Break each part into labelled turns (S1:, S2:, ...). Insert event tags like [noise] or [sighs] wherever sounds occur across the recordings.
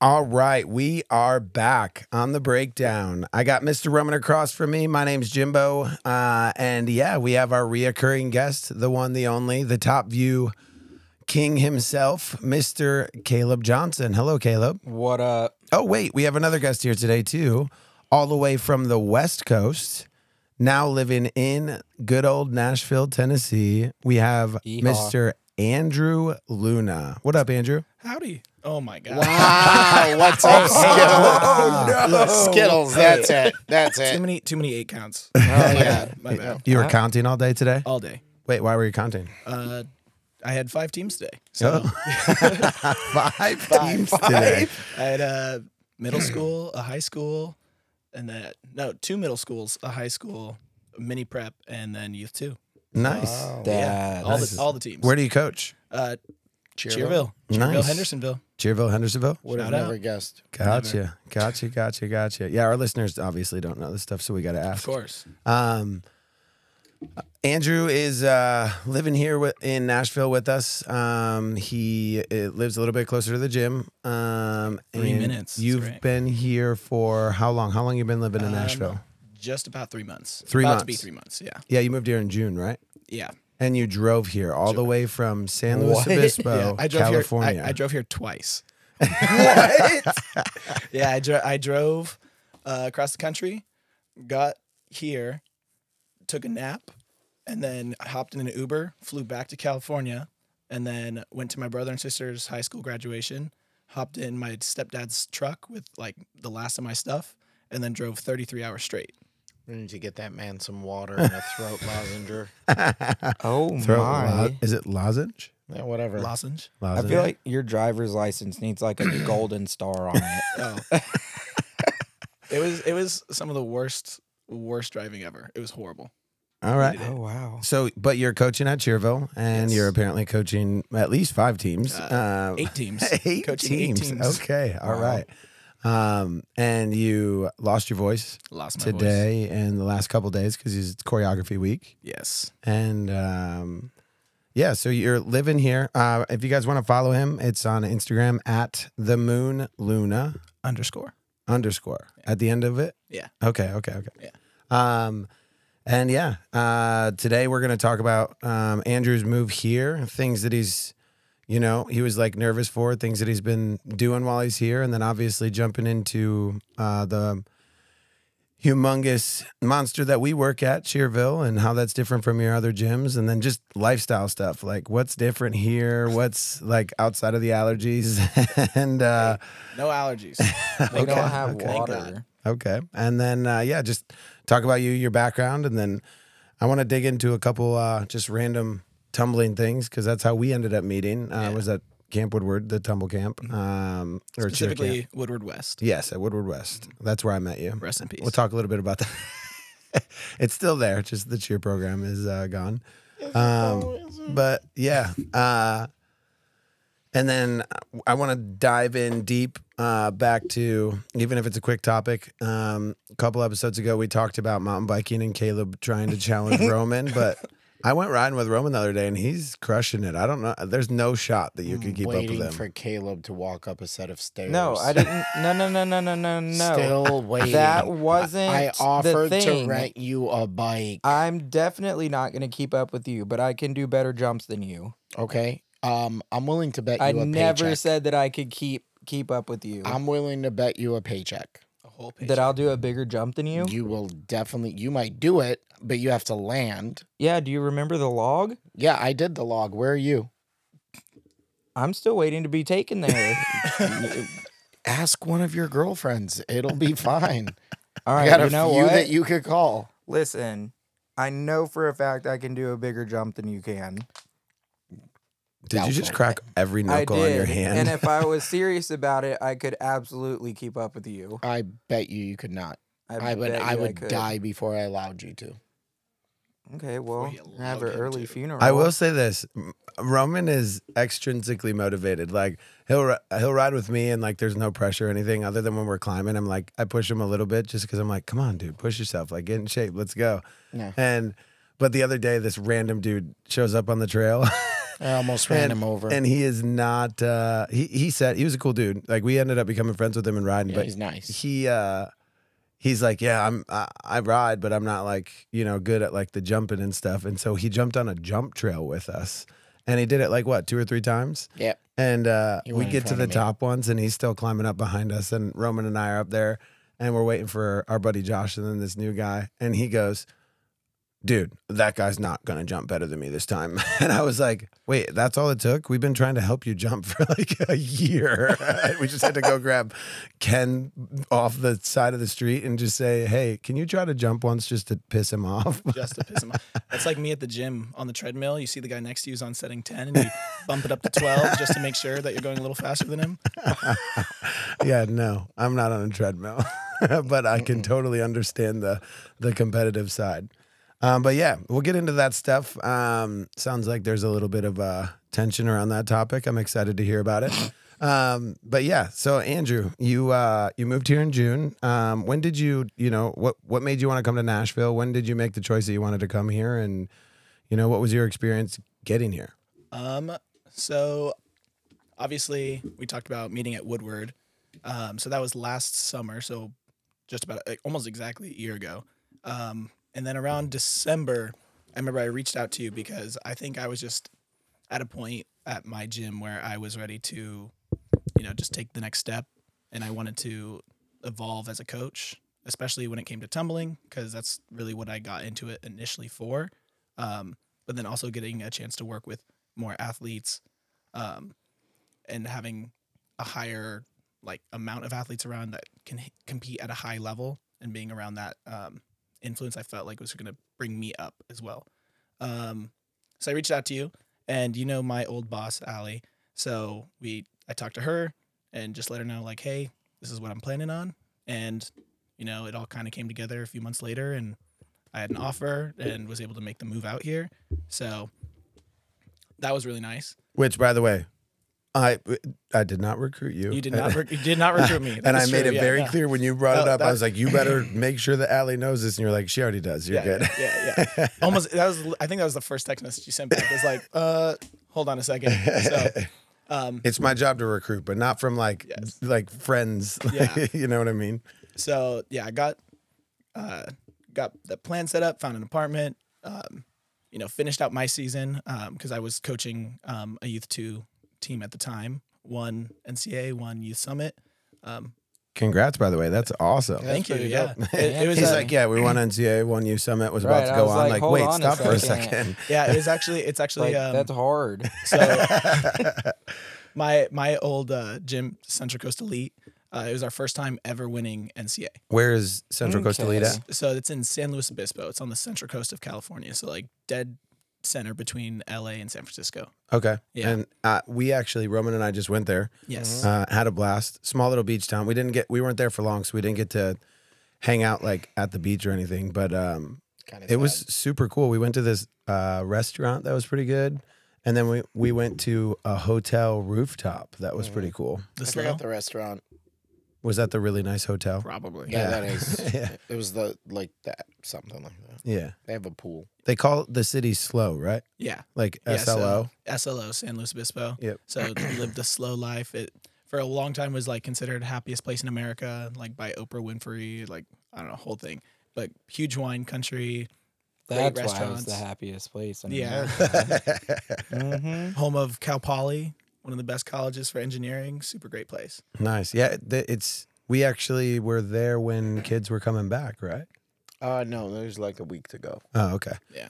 S1: All right, we are back on the breakdown. I got Mr. Roman across from me. My name's Jimbo. Uh, and yeah, we have our reoccurring guest, the one, the only, the top view king himself, Mr. Caleb Johnson. Hello, Caleb.
S2: What
S3: [laughs]
S2: up?
S1: Oh, wait, we have another guest here today, too, all the way from the West Coast, now living in good old Nashville, Tennessee. We have
S2: Yeehaw.
S1: Mr. Andrew Luna. What up, Andrew?
S4: Howdy. Oh my god.
S3: Wow, Ah,
S2: [laughs]
S3: what's up,
S2: Oh.
S3: Skittles? Skittles, that's it. That's
S2: [laughs]
S4: Too
S3: it.
S4: many too many eight counts.
S3: Oh, yeah.
S4: My bad.
S1: You were counting all day today?
S4: All day.
S1: Wait, why were you
S4: [laughs]
S1: counting?
S4: Uh I had five teams today. So
S1: five, teams today.
S4: I had a middle school, a high school, and that no, two middle schools, a high school, mini prep, and then youth two.
S1: Nice.
S2: That
S4: All the all the teams.
S1: Where do you coach?
S4: uh Cheerville. Cheerville,
S1: Nice.
S4: Hendersonville.
S1: Cheerville, Hendersonville?
S3: Would have
S4: Shout out.
S3: never guessed.
S1: Gotcha. Gotcha. Gotcha. Gotcha. Yeah, our listeners obviously don't know this stuff, so we got to ask.
S4: Of course.
S1: Um, Andrew is uh, living here with, in Nashville with us. Um, he uh, lives a little bit closer to the gym. Um,
S4: Three
S1: and
S4: minutes, that's
S1: You've
S4: right.
S1: been here for how long? How long you been living in
S4: Um,
S1: Nashville?
S4: Just about three months.
S1: Three
S4: about
S1: months.
S4: to be three months, yeah.
S1: Yeah, you moved here in June, right?
S4: Yeah.
S1: And you drove here all the way from San Luis
S3: What?
S1: Obispo,
S4: [laughs] yeah. I drove
S1: Oh, California.
S4: here I, I drove here twice.
S1: [laughs] what?
S4: Yeah, I, dro- I drove uh, across the country, got here, took a nap, and then hopped in an Uber, flew back to California, and then went to my brother and sister's high school graduation, hopped in my stepdad's truck with like the last of my stuff, and then drove 33 hours straight.
S3: We need to get that man some water and a throat lozenge.
S1: [laughs]
S2: Oh
S1: Throw
S2: my!
S1: lo- is it lozenge?
S3: Yeah, whatever.
S4: Lozenge.
S2: I
S1: Lozenge.
S2: feel like your driver's license needs like a
S3: [clears throat]
S2: golden star on
S3: [laughs]
S2: it.
S1: [laughs]
S4: Oh. it was it was some of the worst worst driving ever. It was horrible.
S1: all right.
S2: Oh wow!
S1: So, but you're coaching at Cheerville, and
S4: Yes.
S1: you're apparently coaching at least five teams. [laughs] Uh,
S4: Eight teams.
S1: eight
S4: Coaching
S1: teams.
S4: eight teams.
S1: Okay, all
S2: Wow.
S1: right. Um, and you lost your voice
S4: Lost my voice.
S1: today and the last couple days because it's choreography week.
S4: Yes.
S1: And um, yeah, so you're living here. Uh, if you guys want to follow him, it's on Instagram at the Moon Luna
S4: Underscore.
S1: underscore at the end of it.
S4: Yeah.
S1: Okay. Okay. Okay. Yeah. Um, and yeah, uh, today we're gonna talk about um, Andrew's move here, things that he's, you know, he was like nervous for, things that he's been doing while he's here, and then obviously jumping into uh, the humongous monster that we work at Cheerville and how that's different from your other gyms and then just lifestyle stuff like what's different here what's like outside of the allergies [laughs] and uh [laughs]
S4: No allergies.
S2: They
S1: Okay,
S2: don't have
S1: okay.
S2: water.
S1: Okay. And then, uh, yeah, just talk about you, your background. And then I want to dig into a couple uh, just random tumbling things because that's how we ended up meeting. Uh, Was at Camp Woodward, the tumble camp, um, or cheer camp.
S4: Specifically Woodward West.
S1: Yes, at Woodward West. That's where I met you.
S4: Rest in peace.
S1: We'll talk a little bit about that. [laughs] it's still there, just the cheer program is uh, gone. Um, but yeah, uh, and then I want to dive in deep uh, back to even if it's a quick topic. Um, a couple episodes ago, we talked about mountain biking and Caleb trying to challenge Roman, but. I went riding with Roman the other day, and he's crushing it. I don't know. There's no shot that you could keep up with
S3: Waiting
S1: him.
S3: for Caleb to walk up a set of stairs.
S2: No, I didn't. No, no, no, no, no, no, no.
S3: Still waiting.
S2: That wasn't.
S3: I
S2: the
S3: offered to
S2: thing.
S3: rent you a bike.
S2: I'm definitely not going to keep up with you, but I can do better jumps than you.
S3: Okay. Um, I'm willing to bet you
S2: I
S3: a
S2: never
S3: paycheck.
S2: said that I could keep keep up with you.
S3: I'm willing to bet you a paycheck.
S4: a
S1: [laughs]
S4: whole page.
S2: that I'll do a bigger jump than you.
S3: You will definitely. You might do it, but you have to land.
S2: Yeah. Do you remember the log?
S3: Yeah, I did the log. Where are you?
S2: I'm still waiting to be taken
S3: [laughs]
S2: there.
S3: Ask one of your girlfriends. It'll be fine.
S2: [laughs] All
S3: I
S2: right.
S3: got a
S2: You know
S3: few
S2: what?
S3: that you could call.
S2: Listen, I know for a fact I can do a bigger jump than you can.
S1: Did you just
S3: Doubtful.
S1: crack every
S2: I
S1: knuckle
S2: did.
S1: on your hand?
S2: And if I was serious about it, I could absolutely keep up with you.
S3: I bet you you could not. I, would.
S2: bet
S3: I
S2: you
S3: would
S2: could.
S3: die before I allowed you to.
S2: Okay, well,
S4: you
S2: I have
S4: love
S2: an
S4: him
S2: early
S4: too.
S2: funeral.
S1: I will say this: M- Roman is extrinsically motivated. Like he'll ri- he'll ride with me, and like there's no pressure or anything other than when we're climbing. I'm like I push him a little bit just because I'm like, come on, dude, push yourself, like get in shape, let's go.
S3: No.
S1: And but the other day, this random dude shows up on the trail, [laughs]
S3: I almost ran him over.
S1: And he is not. Uh, he he said he was a cool dude. Like we ended up becoming friends with him and riding.
S3: Yeah,
S1: but
S3: he's nice.
S1: he uh, he's like, yeah, I'm I, I ride, but I'm not like you know good at like the jumping and stuff. And so he jumped on a jump trail with us, and he did it like what two or three times.
S3: Yep.
S1: And uh,
S3: He
S1: we
S3: went in
S1: get to
S3: front
S1: the
S3: of me.
S1: top once, and he's still climbing up behind us. And Roman and I are up there, and we're waiting for our buddy Josh, and then this new guy. And he goes, Dude, that guy's not going to jump better than me this time. [laughs] And I was like, Wait, that's all it took? We've been trying to help you jump [laughs] for like a year. [laughs] we just had to go grab Ken off the side of the street and just say, Hey, can you try to jump once just to piss him off? [laughs]
S4: just to piss him off. That's like me at the gym on the treadmill. You see the guy next to you is on setting
S1: [laughs]
S4: 10 and you bump it up to 12 just to make sure that you're going a little faster than him.
S1: yeah, no, I'm not on a treadmill, [laughs] but I can totally understand the the competitive side. Um, but yeah, we'll get into that stuff. Um, sounds like there's a little bit of uh, tension around that topic. I'm excited to hear about
S4: [clears throat]
S1: it. Um, but yeah, so Andrew, you uh, you moved here in June. Um, when did you, you know, what what made you want to come to Nashville? When did you make the choice that you wanted to come here? And you know, what was your experience getting here?
S4: Um, so obviously we talked about meeting at Woodward. Um, so that was last summer, so just about like, almost exactly a year ago. Um, and then around December, I remember I reached out to you because I think I was just at a point at my gym where I was ready to, you know, just take the next step, and I wanted to evolve as a coach, especially when it came to tumbling, because that's really what I got into it initially for. Um, but then also getting a chance to work with more athletes um, and having a higher like amount of athletes around that can h- compete at a high level and being around that um, influence i felt like was going to bring me up as well um, so i reached out to you and you know my old boss ali so we i talked to her and just let her know like hey this is what i'm planning on and you know it all kind of came together a few months later and i had an offer and was able to make the move out here so that was really nice
S1: Which, by the way, I I did not recruit you.
S4: You
S1: [laughs]
S4: did not. Rec- you did not recruit me.
S1: and I
S4: That's
S1: made
S4: true.
S1: it
S4: Yeah,
S1: very
S4: yeah.
S1: clear when you brought it
S4: No,
S1: up. I
S4: that-
S1: was like, "You better make sure that Allie knows this." And you're like, "She already does. You're
S4: yeah,
S1: good." [laughs]
S4: Yeah, yeah. yeah. Almost. That was. I think that was the first text message you sent back. It was like, uh, hold on a second.
S1: [laughs]
S4: So, um,
S1: It's my job to recruit, but not from like
S4: Yes.
S1: like friends. [laughs]
S4: Yeah.
S1: you know what I mean?
S4: so yeah, I got, uh, got the plan set up, found an apartment, um, you know, finished out my season because I was coaching um, a youth two team at the time, one NCA, one youth summit. Um,
S1: Congrats, by the way. That's awesome.
S3: That's
S4: thank you.
S3: pretty
S4: Yeah, [laughs]
S3: dope.
S4: it, it was
S1: He's
S4: uh,
S1: like, "Yeah, we won NCA, one U Summit was
S2: Right,
S1: about to
S2: I
S1: go
S2: was
S1: on."
S2: like,
S1: Like,
S2: "Hold
S1: wait,
S2: on a
S1: stop for a
S2: second."
S1: second.
S4: yeah. It was actually. It's actually.
S2: Like,
S4: um,
S2: that's hard.
S4: [laughs] So my my old uh, gym, Central Coast Elite, uh, it was our first time ever winning NCA.
S1: [laughs] Where is Central Coast
S2: Okay.
S1: Elite at?
S4: So it's in San Luis Obispo. It's on the central coast of California. So like dead center between LA and San Francisco.
S1: Okay.
S4: Yeah.
S1: And uh, we actually, Roman and I just went there.
S4: Yes.
S1: uh, had a blast. Small little beach town. We didn't get we weren't there for long, so we didn't get to hang out like at the beach or anything. But um,
S3: Kinda
S1: it was
S3: sad.
S1: super cool. We went to this uh, restaurant that was pretty good, and then we we went to a hotel rooftop that was pretty cool.
S4: The
S3: I forgot
S4: slow?
S3: the restaurant.
S1: Was that the really nice hotel?
S4: Probably.
S3: Yeah,
S1: Yeah.
S3: that is.
S1: Yeah.
S3: It was the like that something like that.
S1: Yeah,
S3: They have a pool.
S1: they call the city slow, right?
S4: Yeah.
S1: Like
S4: Yeah, so-
S1: SLO.
S4: SLO, San Luis Obispo.
S1: Yep.
S4: So you lived a slow life. It for a long time was like considered happiest place in America, like by Oprah Winfrey, like I don't know, whole thing. But huge wine country,
S2: That's
S4: great
S2: why it was
S4: restaurants.
S2: the happiest place.
S4: Yeah.
S3: [laughs] mm-hmm.
S2: hmm
S4: home of Cal Poly, one of the best colleges for engineering. Super great place.
S1: [laughs] nice. Yeah, th- it's we actually were there when kids were coming back, right?
S3: Uh no, there's like a week to go.
S1: Oh, okay.
S4: Yeah.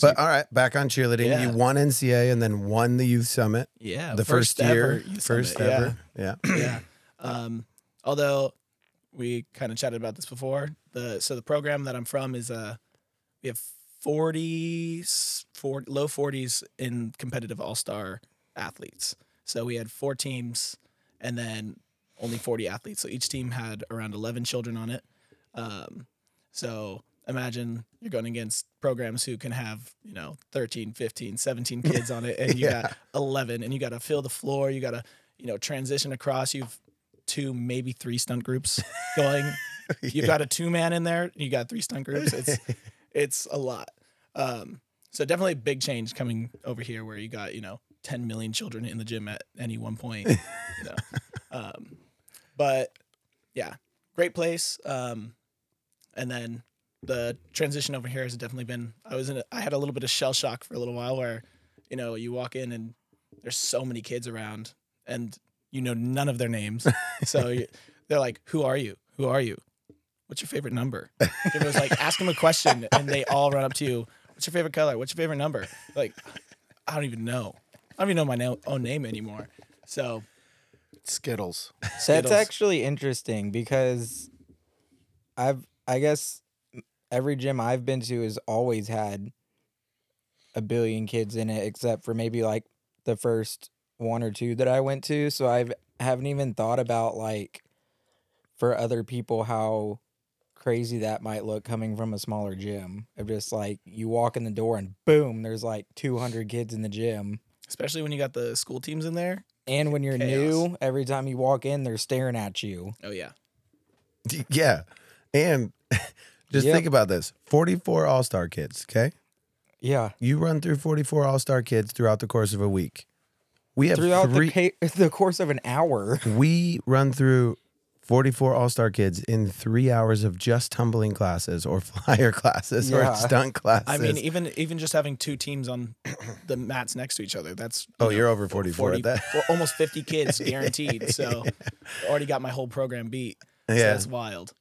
S1: But all right, back on cheerleading.
S4: Yeah.
S1: You won NCA and then won the youth summit.
S4: Yeah.
S1: the first, year,
S4: youth
S1: first
S4: summit, yeah.
S1: ever. Yeah. [laughs]
S4: yeah. [clears throat] Um, although we kind of chatted about this before, the so the program that I'm from is uh we have 40, 40 low 40s in competitive all-star athletes. So we had four teams and then only 40 athletes. So each team had around 11 children on it. Um, so imagine you're going against programs who can have, you know, 13, 15, 17 kids on it and you got 11 and you got to fill the floor, you got to, you know, transition across. You've two maybe three stunt groups [laughs] going. You've got a two man in there, you got three stunt groups. It's it's a lot. Um, so definitely a big change coming over here where you got, you know, 10 million children in the gym at any one point. you know. um, but yeah, great place. Um, and then the transition over here has definitely been. I was in. A, I had a little bit of shell shock for a little while, where you know you walk in and there's so many kids around, and you know none of their names.
S1: [laughs]
S4: so you, they're like, "Who are you? Who are you? What's your favorite number?" It was like, ask them a question, and they all run up to you. What's your favorite color? What's your favorite number? Like, I don't even know. I don't even know my na- own name anymore. So
S3: Skittles.
S4: Skittles.
S2: That's actually interesting because I've I guess every gym I've been to has always had a billion kids in it except for maybe like the first one or two that I went to so I've haven't even thought about like for other people how crazy that might look coming from a smaller gym of just like you walk in the door and boom there's like 200 kids in the gym
S4: especially when you got the school teams in there.
S2: and when you're
S4: Chaos.
S2: new every time you walk in they're staring at you
S4: Oh yeah,
S1: Yeah. And [laughs] just
S2: Yep.
S1: think about this 44 All Star kids, okay?
S2: yeah
S1: You run through 44 All Star kids throughout the course of a week. We have
S2: throughout
S1: three.
S2: the, ca- [laughs] the course of an hour.
S1: we run through 44 All Star kids in three hours of just tumbling classes or [laughs] flyer classes
S2: Yeah.
S1: or stunt classes.
S4: I mean e, even even just having two teams on the mats next to each other. That's
S1: oh,
S4: you
S1: you're over 44
S4: 40,
S1: at that.
S4: well, almost
S1: [laughs]
S4: 50 kids guaranteed. So already got my whole program beat. So
S1: Yeah.
S4: that's wild.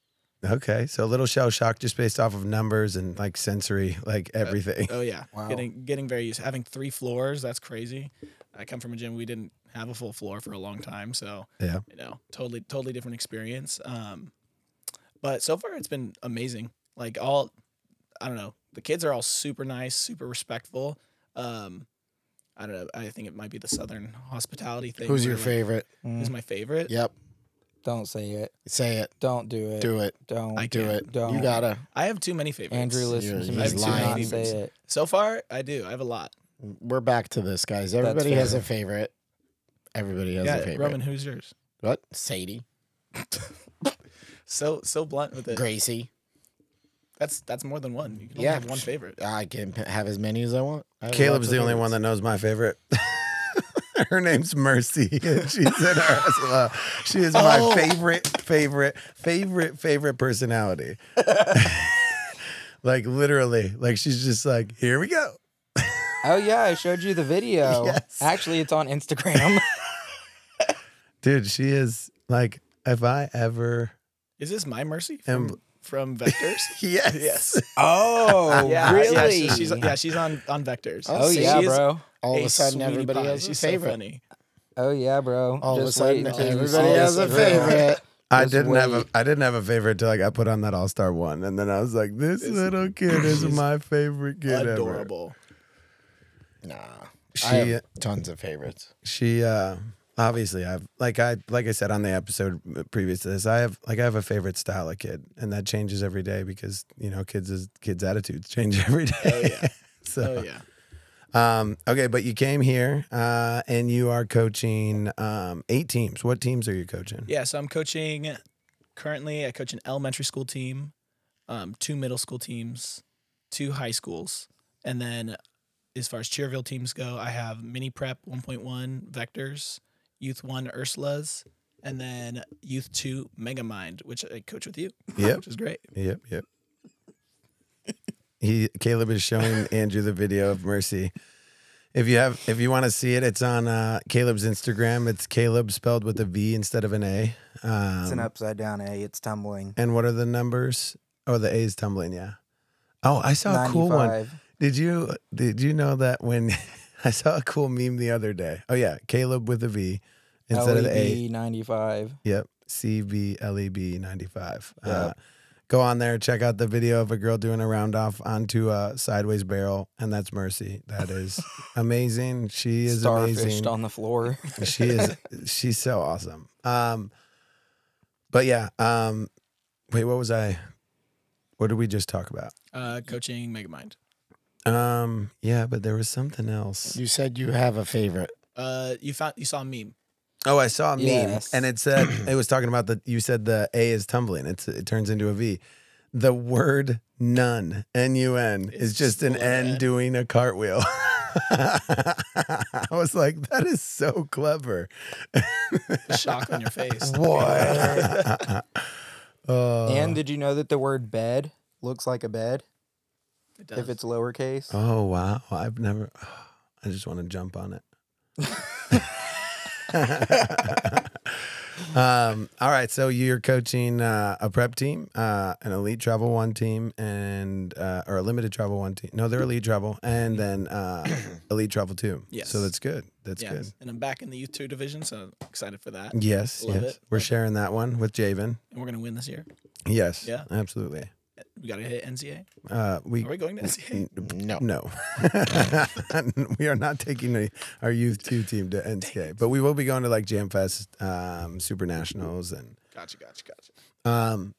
S1: Okay. So a little shell shock just based off of numbers and like sensory, like everything.
S4: Oh yeah,
S2: Wow.
S4: getting getting very used. Having three floors, that's crazy. I come from a gym we didn't have a full floor for a long time, so
S1: Yeah.
S4: you know, totally totally different experience. Um, but so far it's been amazing. Like all, I don't know, the kids are all super nice, super respectful. Um, I don't know. I think it might be the Southern hospitality thing.
S3: Who's
S4: where,
S3: your
S4: like,
S3: favorite?
S2: Mm.
S4: Who's my favorite?
S3: Yep.
S2: Don't say it.
S3: Say it.
S2: Don't do it.
S3: Do it.
S2: Don't.
S4: I
S3: Do
S4: can't.
S3: it.
S2: Don't.
S3: You gotta.
S4: I have too many favorites.
S2: Andrew, listen
S3: You're-
S2: to me.
S3: he's
S2: Do
S3: lying.
S2: not say it.
S4: So far, I do. I have a lot.
S3: We're back to this, guys.
S2: That's
S3: Everybody has
S2: fair.
S3: a favorite. Everybody has a
S4: Yeah,
S3: favorite.
S4: Roman, who's yours?
S3: What? Sadie.
S4: So so blunt with it.
S3: Gracie.
S4: That's that's more than one. You can only
S3: Yeah.
S4: have one favorite.
S3: I can p- have as many as I want. I have
S1: Caleb's
S3: lots of
S1: the only one that knows
S3: favorites.
S1: my favorite. [laughs] Her name's Mercy. [laughs] and She's in our SLO. She is my
S3: Oh.
S1: favorite, favorite, favorite, favorite personality. [laughs] like literally, like she's just like, here we go.
S2: Oh yeah, I showed you the video.
S1: Yes.
S2: Actually, it's on Instagram. [laughs]
S1: Dude, she is like, if I ever
S4: Is this my mercy from,
S1: am
S4: from Vectors?
S1: [laughs] Yes.
S4: yes.
S2: oh,
S4: [laughs] Yeah,
S2: really?
S4: she- she's yeah, she's on on Vectors.
S2: oh
S3: She
S2: yeah,
S3: is
S2: bro.
S3: All of
S4: a
S3: a sudden,
S4: sweetie
S3: everybody
S4: pie.
S3: has a
S4: She's so
S3: favorite.
S4: funny.
S2: Oh yeah, bro.
S3: All of a
S2: Just wait
S3: sudden,
S2: until you
S3: everybody
S2: see
S3: has a
S2: this girl. [laughs]
S3: favorite.
S1: I
S2: Just
S1: didn't have a
S2: wait.
S1: I didn't have a favorite till like I put on that All Star one, and then I was like, "This
S4: It's-
S1: little kid is
S4: [laughs] she's
S1: my favorite kid ever."
S4: [laughs] Adorable.
S3: Nah.
S1: She
S3: I have tons of favorites.
S1: she uh obviously i've like i like i said on the episode uh, previous to this i have like i have a favorite style of kid and that changes every day because you know kids is kids attitudes change [laughs] every day
S4: Oh yeah.
S1: so
S4: Oh yeah.
S1: um okay but you came here uh and you are coaching um eight teams what teams are you coaching
S4: Yeah. So I'm coaching currently. I coach an elementary school team, um, two middle school teams, two high schools, and then as far as Cheerville teams go, I have Mini Prep 1.1 Vectors, Youth One Ursula's, and then Youth Two Megamind, which I coach with you.
S1: Yep.
S4: Which is great.
S1: yep yep he caleb is
S2: [laughs]
S1: showing andrew the video of mercy if you have if you want to see it it's on uh caleb's instagram it's caleb spelled with a v instead of an a um,
S2: It's an upside down A. It's tumbling.
S1: And what are the numbers? Oh, the A's tumbling. Yeah. Oh, I saw a cool one.
S2: 95.
S1: Did you did you know that when [laughs] I saw a cool meme the other day? Oh yeah, Caleb with a V instead of the A.
S2: LEB 95.
S1: Yep, C V L E B ninety five. Uh,
S2: Yep.
S1: go on there, check out the video of a girl doing a round off onto a sideways barrel, and that's Mercy. That is amazing. She is
S2: Starfished
S1: amazing
S2: on the floor.
S1: she is she's so awesome um but yeah um wait what was i what did we just talk about
S4: Uh, coaching Megamind.
S1: um yeah but there was something else
S3: You said you have a favorite.
S4: Uh, you found you saw a meme.
S1: oh i saw a meme
S2: Yes.
S1: and it said it was talking about the you said the a is tumbling it's it turns into a v the word none n-u-n is
S4: It's
S1: just
S4: just
S1: an
S4: the letter
S1: n
S4: N.
S1: doing a cartwheel [laughs] I was like, that is so clever.
S4: The
S1: [laughs]
S4: shock on your face.
S3: What?
S1: Oh.
S2: and did you know that the word bed looks like a bed
S4: It
S2: if it's lowercase?
S1: oh wow, I've never. [sighs] I just want to jump
S4: [laughs]
S1: on it. um, all right, so you're coaching uh, a prep team, uh, an elite travel one team, and uh, or a limited travel one team. No, they're elite travel, and then
S4: [clears throat]
S1: uh, elite travel two.
S4: Mm-hmm. Yes.
S1: So that's good. That's
S4: yes.
S1: good. Mm.
S4: And I'm back in the youth two division, so excited for that.
S1: Yes,
S4: Love
S1: yes.
S4: it.
S1: We're
S4: Love it.
S1: sharing that one with Javen.
S4: And we're gonna win this year.
S1: Yes.
S4: Yeah.
S1: Absolutely.
S4: We gotta hit NCA.
S1: Uh, we
S4: Are we going
S1: [laughs]
S4: to NCA?
S3: no.
S4: Oh.
S1: no, we are not taking the, our youth two team to NCA, but we will be going to like Jam Fest, um, Super Nationals, and
S4: Gotcha, gotcha, gotcha.
S1: um,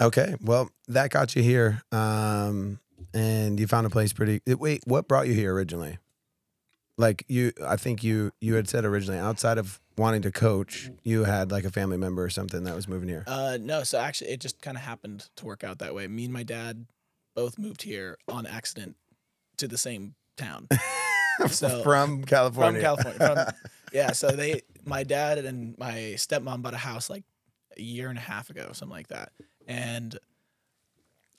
S1: okay. Well, that got you here, um, and you found a place pretty. eh, Wait, what brought you here originally? Like you, I think you you had said originally, outside of wanting to coach, you had like a family member or something that was moving here. [laughs]
S4: Uh, no, so actually, it just kind of happened to work out that way. Me and my dad both moved here on accident to the same town
S1: from
S4: so- from
S1: California.
S4: California. From, yeah, so they, my dad and my stepmom bought a house like a year and a half ago, something like that, and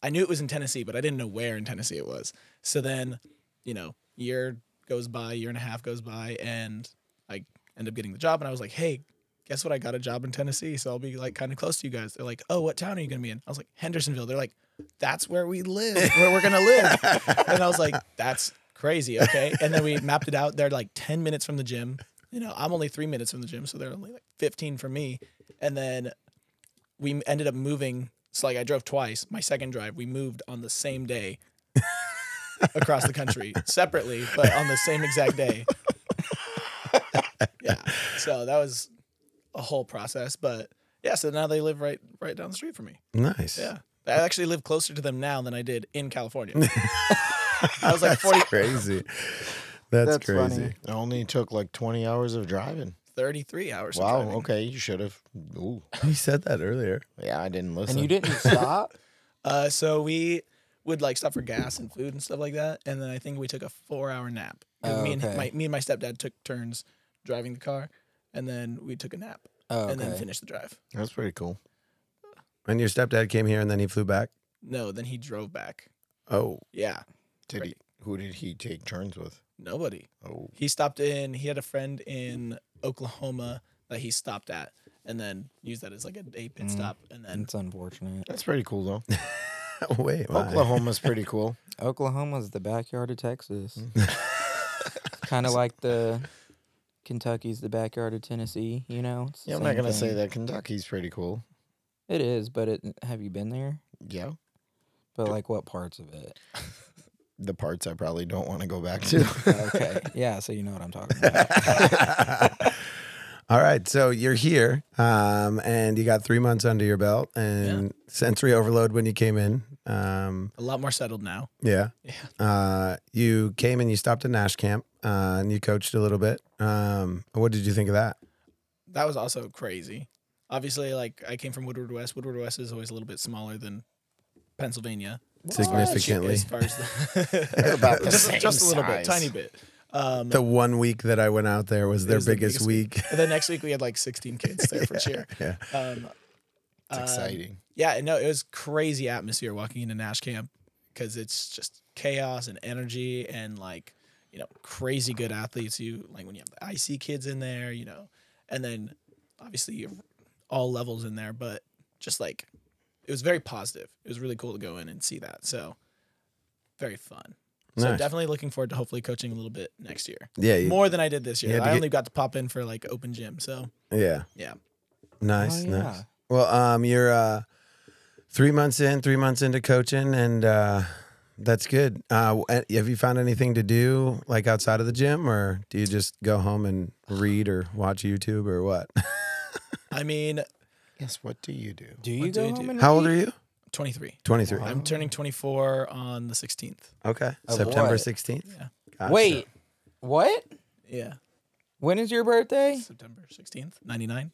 S4: I knew it was in Tennessee, but I didn't know where in Tennessee it was. So then, you know, year goes by, year and a half goes by, and I end up getting the job, and I was like, hey. Guess what? I got a job in Tennessee, so I'll be like kind of close to you guys. They're like, "Oh, what town are you gonna be in?" I was like, "Hendersonville." They're like, "That's where we live, where we're gonna live." and I was like, "That's crazy." Okay, and then we mapped it out. They're like ten minutes from the gym. You know, I'm only three minutes from the gym, so they're only like fifteen from me. And then we ended up moving. So like I drove twice. My second drive, we moved on the same day across the country separately, but on the same exact day. yeah. So that was a whole process, but yeah. So now they live right right down the street from me.
S1: [laughs] Nice.
S4: Yeah. I actually live closer to them now than I did in California. [laughs] I was like 40,
S1: crazy. That's,
S2: That's
S1: crazy.
S2: funny.
S3: It only took like 20 hours of driving.
S4: 33 hours. of
S3: Wow.
S4: driving.
S3: Okay. You should have. Ooh.
S1: You said that earlier.
S3: Yeah, I didn't listen.
S2: And you
S4: [laughs]
S2: didn't stop?
S4: Uh, so we would like stop for gas and food and stuff like that, and then I think we took a four-hour nap. 'Cause
S2: Oh,
S4: me and
S2: okay.
S4: my me and my stepdad took turns driving the car, and then we took a nap
S2: Oh,
S4: and then
S2: okay.
S4: finished the drive.
S3: That's pretty cool.
S1: And your stepdad came here and then he flew back. [laughs]
S4: No, then he drove back.
S1: Oh,
S4: Yeah,
S3: Did
S4: Right.
S3: he? Who did he take turns with?
S4: nobody.
S3: Oh,
S4: He stopped in. He had a friend in Oklahoma that he stopped at, and then used that as like a day pit
S2: Mm.
S4: stop, and then
S2: It's unfortunate.
S3: that's pretty cool though.
S1: Oh, wait. why?
S3: Oklahoma's pretty cool.
S2: Oklahoma's the backyard of Texas.
S4: Mm-hmm. [laughs]
S2: kind of like the Kentucky's the backyard of Tennessee, you know? It's the
S3: Yeah, I'm not
S2: same
S3: gonna say
S2: thing.
S3: that Kentucky's pretty cool.
S2: It is, but it, have you been there?
S3: Yeah,
S2: But like what parts of it?
S3: the parts I probably don't want to go back [laughs] to.
S2: Okay. yeah, so you know what I'm talking about.
S1: [laughs] All right. So you're here um, and you got three months under your belt and sensory overload when you came in. Um,
S4: a lot more settled now. [laughs]
S1: yeah.
S4: Yeah.
S1: Uh, you came and you stopped at Nash Camp uh, and you coached a little bit. Um, what did you think of that?
S4: that was also crazy. Obviously, like I came from Woodward West. Woodward West is always a little bit smaller than Pennsylvania.
S1: Significantly.
S4: As far as the- [laughs]
S3: They're [laughs] about the
S4: just,
S3: same
S4: just a little bit,
S3: size.
S4: tiny bit. Um,
S1: The one week that I went out there was their
S4: was the
S1: biggest,
S4: biggest
S1: week.
S4: and then next week we had like 16 kids there
S3: [laughs]
S4: for cheer.
S1: [laughs] yeah.
S4: Um,
S3: It's
S4: um,
S3: exciting.
S4: yeah, no, it was crazy atmosphere walking into Nash Camp because it's just chaos and energy and like you know crazy good athletes. You like when you have the IC kids in there, you know, and then obviously you have all levels in there, but just like it was very positive. It was really cool to go in and see that. So very fun. So
S1: Nice.
S4: definitely looking forward to hopefully coaching a little bit next year.
S1: Yeah. you-
S4: More than I did this
S1: You
S4: year.
S1: had to
S4: I
S1: get-
S4: only got to pop in for like open gym. So
S1: yeah.
S4: yeah.
S1: Nice,
S2: Oh,
S1: [laughs] nice.
S2: yeah.
S1: Well, um, you're uh, three months in, three months into coaching, and uh, that's good. Uh, w- have you found anything to do like outside of the gym, or do you just go home and read or watch YouTube or what? [laughs]
S4: I mean,
S3: Yes. What do you do?
S2: Do you
S4: What do
S2: go
S4: you
S2: home
S4: do?
S2: and
S1: How old
S2: read?
S1: are you?
S4: 23.
S1: Twenty three.
S4: I'm turning 24 on the 16th.
S1: Okay,
S2: Of
S1: September
S2: what?
S1: sixteenth.
S4: Yeah.
S2: Wait. What?
S4: Yeah.
S2: When is your birthday?
S4: September 16th, 99.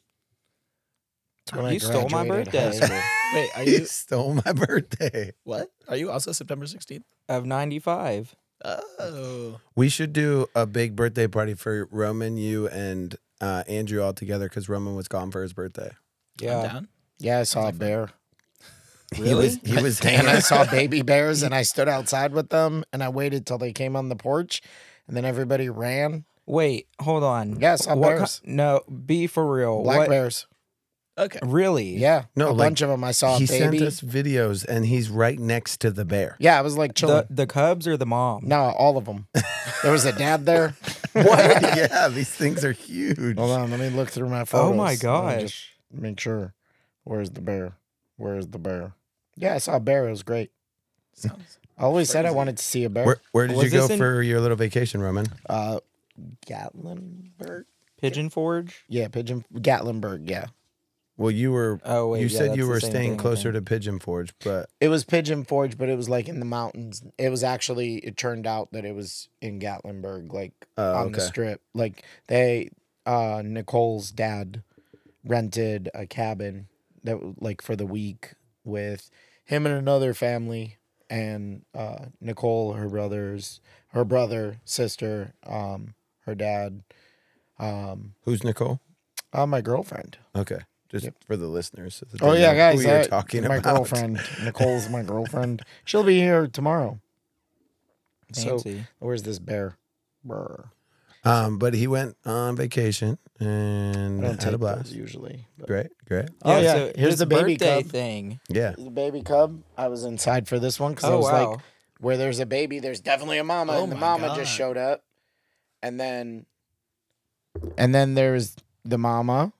S3: It's when I
S2: You stole my
S3: graduated high
S2: birthday.
S3: school.
S4: Wait,
S1: [laughs]
S4: are
S1: you
S4: you
S1: stole my birthday.
S4: what? Are you also September 16th?
S2: Of 95.
S4: Oh,
S1: We should do a big birthday party for Roman, you, and uh, Andrew all together because Roman was gone for his birthday.
S4: I'm
S2: Yeah.
S4: down.
S3: Yeah, I saw a bear.
S1: He was he was
S3: [laughs] and I
S1: hanging.
S3: saw baby bears [laughs] and I stood outside with them and I waited till they came on the porch and then everybody ran.
S2: Wait, hold on.
S3: Yeah, I saw
S2: What co-
S3: bears.
S2: no, be for real.
S3: Black
S2: Oh, what?
S3: bears.
S4: Okay.
S2: Really?
S3: Yeah.
S1: No,
S3: a
S1: like,
S3: bunch of them. I saw a
S1: he
S3: baby.
S1: sent us videos, and he's right next to the
S3: [laughs]
S1: bear. [laughs]
S3: Yeah, I was like chilling.
S2: The the Cubs or the mom?
S3: no, all of them. there was a dad there.
S1: What?
S3: [laughs]
S1: yeah, these things are huge.
S2: [laughs]
S3: Hold on, let me look through my
S2: Oh
S3: photos.
S2: my
S3: Let me just
S2: gosh.
S3: Make sure. Where's the bear? Where's the bear? Yeah, I saw a bear. It was great.
S4: Sounds
S3: I always said I
S4: Crazy.
S3: wanted to see a bear.
S1: Where, where did
S2: Was
S1: you go
S2: this in-
S1: for your little vacation, Roman?
S3: Uh, Gatlinburg.
S2: Pigeon Forge?
S3: Yeah, Pigeon Gatlinburg. Yeah,
S1: Well, you were.
S2: Oh wait.
S1: you
S2: yeah,
S1: said
S2: that's
S1: you
S2: the
S1: were
S2: same
S1: staying
S2: thing, I
S1: closer
S2: think.
S1: to Pigeon Forge, but
S3: it was Pigeon Forge, but it was like in the mountains. It was actually. It turned out that it was in Gatlinburg, like
S1: Oh,
S3: on the
S1: okay.
S3: strip. Like they, uh, Nicole's dad rented a cabin that w- like for the week with him and another family and uh Nicole, her brothers, her brother, sister, um, her dad, um,
S1: who's Nicole?
S3: uh, my girlfriend.
S1: Okay, just
S3: Yep.
S1: for the listeners. so that
S3: Oh
S1: they
S3: yeah,
S1: know
S3: guys,
S1: who you're
S3: I-
S1: talking
S3: my
S1: about?
S3: girlfriend. Nicole's my girlfriend. She'll be here tomorrow. So
S2: Fancy.
S3: where's this bear? Brr.
S1: Um, but he went on vacation
S3: I
S1: and
S3: don't
S1: Mm, had a
S3: take
S1: blast.
S3: those usually. but-
S1: Great, great.
S3: Oh yeah,
S2: so
S3: here's
S2: this
S3: the baby
S2: birthday
S3: cub.
S2: thing.
S1: Yeah.
S3: The baby cub. I was inside for this one because I
S2: Oh
S3: was
S2: wow.
S3: like, where there's a baby, there's definitely a mama,
S4: Oh
S3: and the
S4: my
S3: mama just
S4: God.
S3: showed up, and then, and then there was the mama.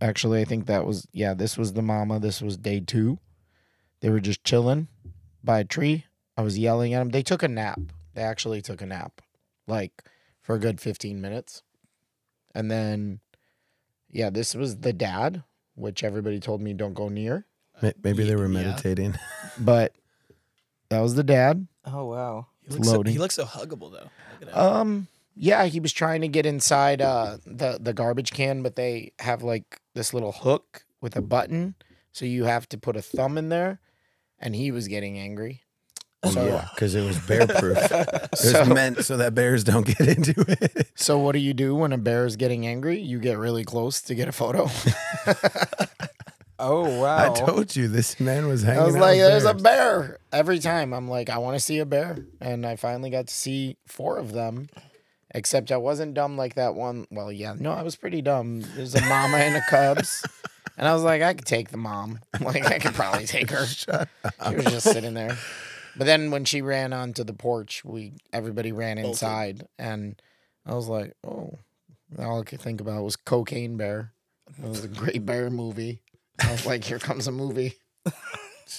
S3: Actually, I think that was yeah. This was the mama. This was day two. They were just chilling by a tree. I was yelling at them. They took a nap. They actually took a nap, like for a good fifteen minutes, and then, yeah, this was the dad, which everybody told me don't go near,
S1: Ma- Maybe they were
S4: yeah.
S1: meditating.
S3: but that was the dad.
S2: oh wow.
S4: He looks, so,
S3: Loading.
S4: he looks so huggable though. Look at him.
S3: Um. Yeah, he was trying to get inside uh, the the garbage can, but they have like this little hook with a button, so you have to put a thumb in there, and he was getting angry. So
S1: yeah, because it was bear
S3: [laughs]
S1: proof. it was
S3: So-
S1: meant so that bears don't get into it.
S3: so what do you do when a bear is getting angry? You get really close to get a photo.
S2: Oh wow.
S1: I told you this man was hanging.
S3: I was
S1: out
S3: like,
S1: with
S3: "There's a
S1: bears.
S3: bear!" Every time I'm like, "I want to see a bear," and I finally got to see four of them. Except I wasn't dumb like that one. Well, yeah, no, I was pretty dumb. There's a mama and a
S1: [laughs]
S3: cubs, and I was like, "I could take the mom. [laughs] Like, I could probably take her." She was just sitting there. But then when she ran onto the porch, we everybody ran
S4: Bolted.
S3: inside, and I was like, "Oh." All I could think about was Cocaine Bear. It was a great bear movie. I was like, "Here comes a movie."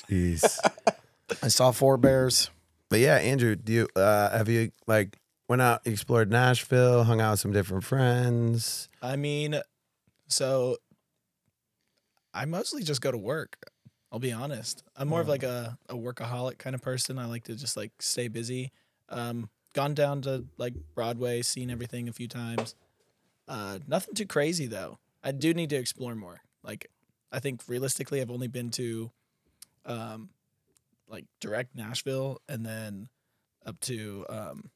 S1: Jeez.
S3: I saw four bears.
S1: But yeah, Andrew, do you uh, have you like went out explored Nashville, hung out with some different friends?
S4: I mean, so I mostly just go to work. I'll be honest. I'm more of like a, a workaholic kind of person. I like to just like stay busy. Um, gone down to like Broadway, seen everything a few times. Uh, nothing too crazy though. I do need to explore more. Like, I think realistically, I've only been to, um, like direct Nashville and then up to um.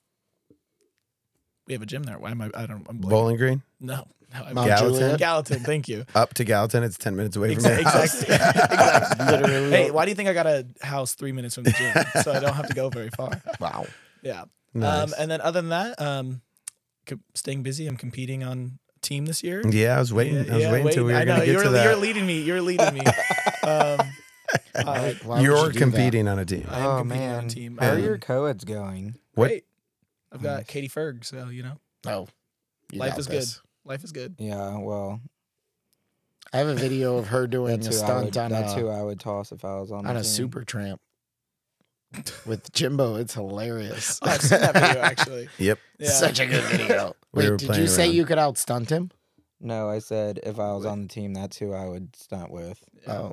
S4: We have a gym there. Why am I? I don't. I'm blanking.
S1: Bowling Green,
S4: No, no, I'm
S3: Mount
S4: Gallatin.
S1: Juliet?
S4: Gallatin, thank you.
S1: up to Gallatin. It's ten minutes away from [laughs]
S4: Exactly.
S1: your house.
S4: exactly. [laughs] exactly.
S3: Literally.
S4: Hey, why do you think I got a house three minutes from the gym, so I don't have to go
S1: [laughs]
S4: very far?
S3: Wow.
S4: Yeah.
S1: [laughs] Nice.
S4: Um, and then other than that, um, co- staying busy. I'm competing on a team this year.
S1: yeah, I was waiting. I was
S4: yeah,
S1: waiting till we
S4: I
S1: were
S4: know
S1: going to get
S4: you're,
S1: to
S4: you're
S1: that.
S4: leading me. You're
S1: [laughs]
S4: leading me. um, uh,
S3: Why would
S1: You're
S3: you do
S1: competing on a team.
S4: I am
S2: oh
S4: competing
S2: man.
S4: on a team.
S2: How are
S4: Um,
S2: your co-eds going?
S1: [laughs] What- [laughs]
S4: Great. I've got Katie Ferg, so you know
S3: That? No. Oh, You
S4: life
S3: got
S4: is
S3: this.
S4: good. Life is good.
S2: Yeah. Well,
S3: I have a video of her doing
S2: that's
S3: a
S2: who, I would,
S3: stunt on
S2: that's who
S3: a,
S2: I would toss if I was on the
S3: on a
S2: team.
S3: super
S4: [laughs]
S3: tramp with Jimbo. It's hilarious.
S4: Oh, I've seen that
S3: [laughs]
S4: video actually.
S1: [laughs] Yep.
S4: Yeah.
S3: Such a good
S4: [laughs]
S3: video.
S1: We
S3: Wait,
S1: were
S3: did you
S1: playing
S3: say
S1: around.
S3: you could outstunt him?
S2: No, I said if I was on the team, that's who I would stunt with.
S3: Oh,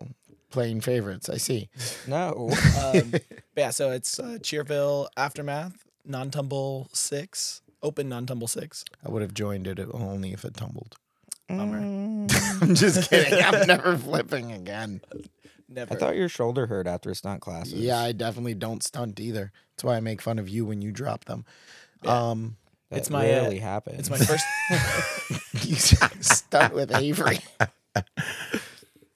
S3: playing favorites. I see.
S2: No.
S4: um, but yeah, so it's uh, Cheerville Aftermath, Non Tumble Six, Open Non Tumble Six.
S3: I would have joined it only if it tumbled. [laughs]
S2: Bummer.
S4: [laughs]
S3: I'm just kidding. I'm never flipping again.
S4: Never.
S2: I thought your shoulder hurt after stunt classes.
S3: Yeah, I definitely don't stunt either. That's why I make fun of you when you drop them. Um, [laughs]
S2: That
S4: It's my, uh,
S2: rarely happens.
S4: it's my first. [laughs]
S3: you stunt with Avery.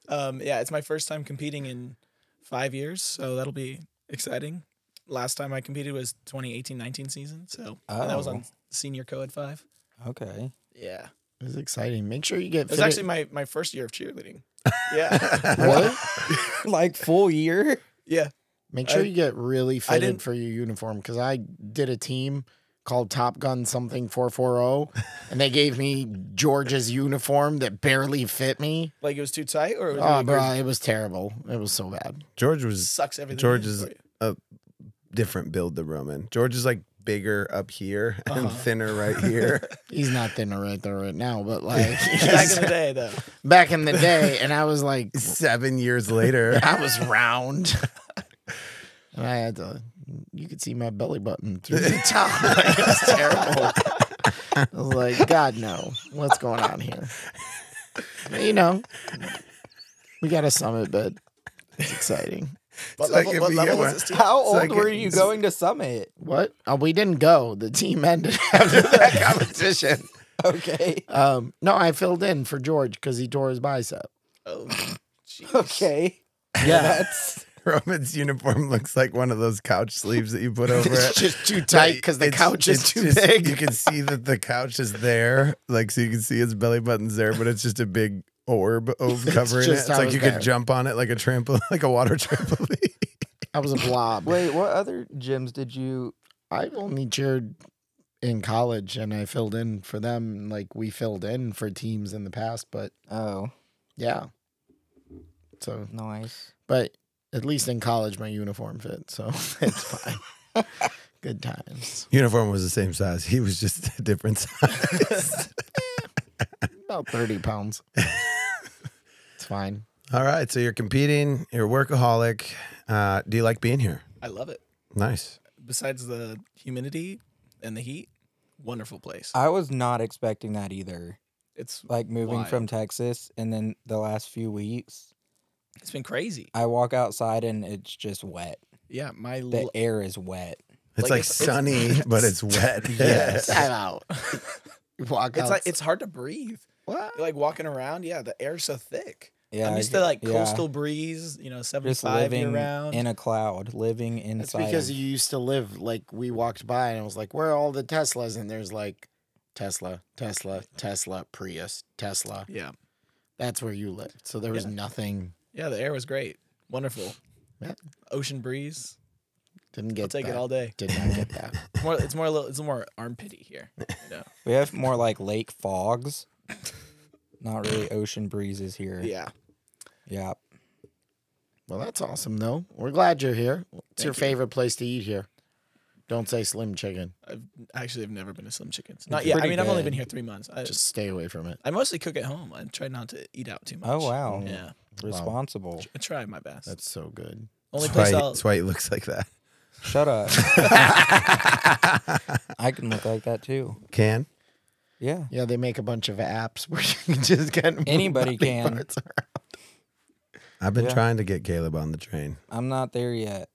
S4: um, yeah, it's my first time competing in five years, so that'll be exciting. Last time I competed was 2018-19 season, so and that was on
S2: Oh.
S4: senior co-ed five.
S2: okay.
S4: Yeah,
S3: This is exciting. Make sure you get.
S4: it was
S3: fitted-
S4: actually my my first year of
S1: [laughs]
S4: cheerleading. Yeah,
S3: What?
S2: [laughs] like full year.
S4: yeah.
S3: Make sure
S4: I-
S3: you get really fitted
S4: didn't-
S3: for your uniform because I did a team called Top Gun
S4: [laughs]
S3: something 440 and they gave me George's uniform that barely fit me.
S4: Like it was too tight, or it was
S3: Oh,
S4: really
S3: bro,
S4: great?
S3: it was terrible. It was so bad.
S1: George was
S4: sucks everything.
S1: George
S4: in
S1: is- [laughs]
S4: for you.
S1: different build than Roman. George is like bigger up here and
S4: Uh-huh.
S1: thinner right
S4: [laughs]
S1: here.
S3: He's not thinner right there right now, but like
S4: back in the day though.
S3: back in the day, and I was like,
S1: Seven [laughs] years later,
S3: I was round. And [laughs] I had to, you could see my belly button through the top. [laughs] Like, it was terrible. I was like, God, no. What's going on here? But, you know, we got a summit bid. It's exciting.
S4: What
S1: It's like
S4: level,
S1: if
S4: what
S1: you
S4: level
S1: get
S4: was
S1: one-
S4: this team?
S2: How old
S1: like
S2: were
S1: a-
S2: you going to summit?
S3: What? Oh, we didn't go. The team ended [laughs] after that competition.
S4: [laughs]
S2: Okay.
S3: Um, no, I filled in for George because he tore his bicep.
S4: Oh, jeez.
S2: Okay.
S3: Yeah.
S2: That's
S1: Roman's uniform looks like one of those couch sleeves that you [laughs] put over
S3: It's
S1: it.
S3: just too tight because the
S1: It's-
S3: couch is
S1: it's
S3: too
S1: just-
S3: big.
S1: You can see that the couch is there, like so you can see his belly button's there, but it's just a big [laughs] orb of covering it. It's
S3: just how
S1: like
S3: it's
S1: you
S3: there.
S1: could jump on it like a trampoline, [laughs] like a water trampoline.
S3: I was a blob.
S2: wait. What other gyms did you?
S3: I only cheered in college and I filled in for them. Like we filled in for teams in the past, but
S2: Oh,
S3: yeah. So,
S2: nice.
S3: but at least in college, my uniform fit. So [laughs] it's fine.
S4: [laughs]
S3: Good times.
S1: [laughs] Uniform was the same size. He was just a different [laughs] size.
S3: About 30 pounds. it's
S4: [laughs]
S3: fine.
S1: All right, so you're competing. You're a workaholic. Uh, do you like being here?
S4: I love it.
S1: Nice.
S4: Besides the humidity and the heat, wonderful place.
S2: I was not expecting that either.
S4: It's
S2: Like moving
S4: Wild.
S2: from Texas, and then the last few weeks,
S4: it's been crazy.
S2: I walk outside and it's just wet.
S4: Yeah, my
S2: The
S4: l-
S2: air is wet.
S1: It's
S4: Like,
S1: like,
S4: it's- it's-
S1: sunny, but it's wet.
S3: Yes. I'm out.
S2: [laughs]
S4: [laughs]
S3: Walk
S4: it's
S3: out.
S4: like it's hard to breathe.
S3: what?
S4: You're, like walking around, yeah, the air's so thick.
S2: Yeah.
S4: I'm
S2: I
S4: used
S2: get-
S4: to like
S2: yeah.
S4: coastal breeze, you know,
S2: Just
S4: 75 year
S2: living
S4: round.
S2: in a cloud, living
S3: It's
S2: inside.
S3: because
S2: of-
S3: you used to live like we walked by and I was like, where are all the Teslas? And there's like Tesla, Tesla, Tesla, Prius, Tesla.
S4: yeah,
S3: That's where you lived. So there was
S4: Yeah.
S3: nothing.
S4: yeah, the air was great, wonderful.
S3: Yeah.
S4: Ocean breeze,
S3: Didn't get
S4: I'll take
S3: that.
S4: it all day.
S3: Did not
S2: [laughs]
S3: get that.
S4: More, it's more, a little, it's more armpity here. You know?
S2: we have more like lake fogs. Not really ocean breezes here.
S4: yeah,
S2: Yeah.
S3: well, that's awesome though. We're glad you're here. What's your
S4: Thank you.
S3: favorite place to eat here? Don't say Slim Chicken.
S4: I've actually I've never been to Slim Chickens. Not
S3: It's
S4: yet. I
S3: pretty
S4: mean, I've only
S3: good.
S4: been here three months.
S2: Uh,
S4: I,
S3: Just stay away from it.
S4: I mostly cook at home. I try not to eat out too much.
S2: Oh wow.
S4: Yeah,
S2: Responsible.
S4: I try my best.
S3: That's so good.
S4: only
S1: that's,
S4: place
S1: why,
S4: I'll.
S1: that's why he looks like [laughs] that.
S2: [laughs] Shut up. I can look like that too.
S1: Can
S2: Yeah.
S3: Yeah, they make a bunch of apps [laughs] where you can just get
S2: [laughs] Anybody
S3: body
S2: can.
S3: parts around.
S1: I've been
S2: Yeah.
S1: trying to get Caleb on the train.
S2: I'm not there yet.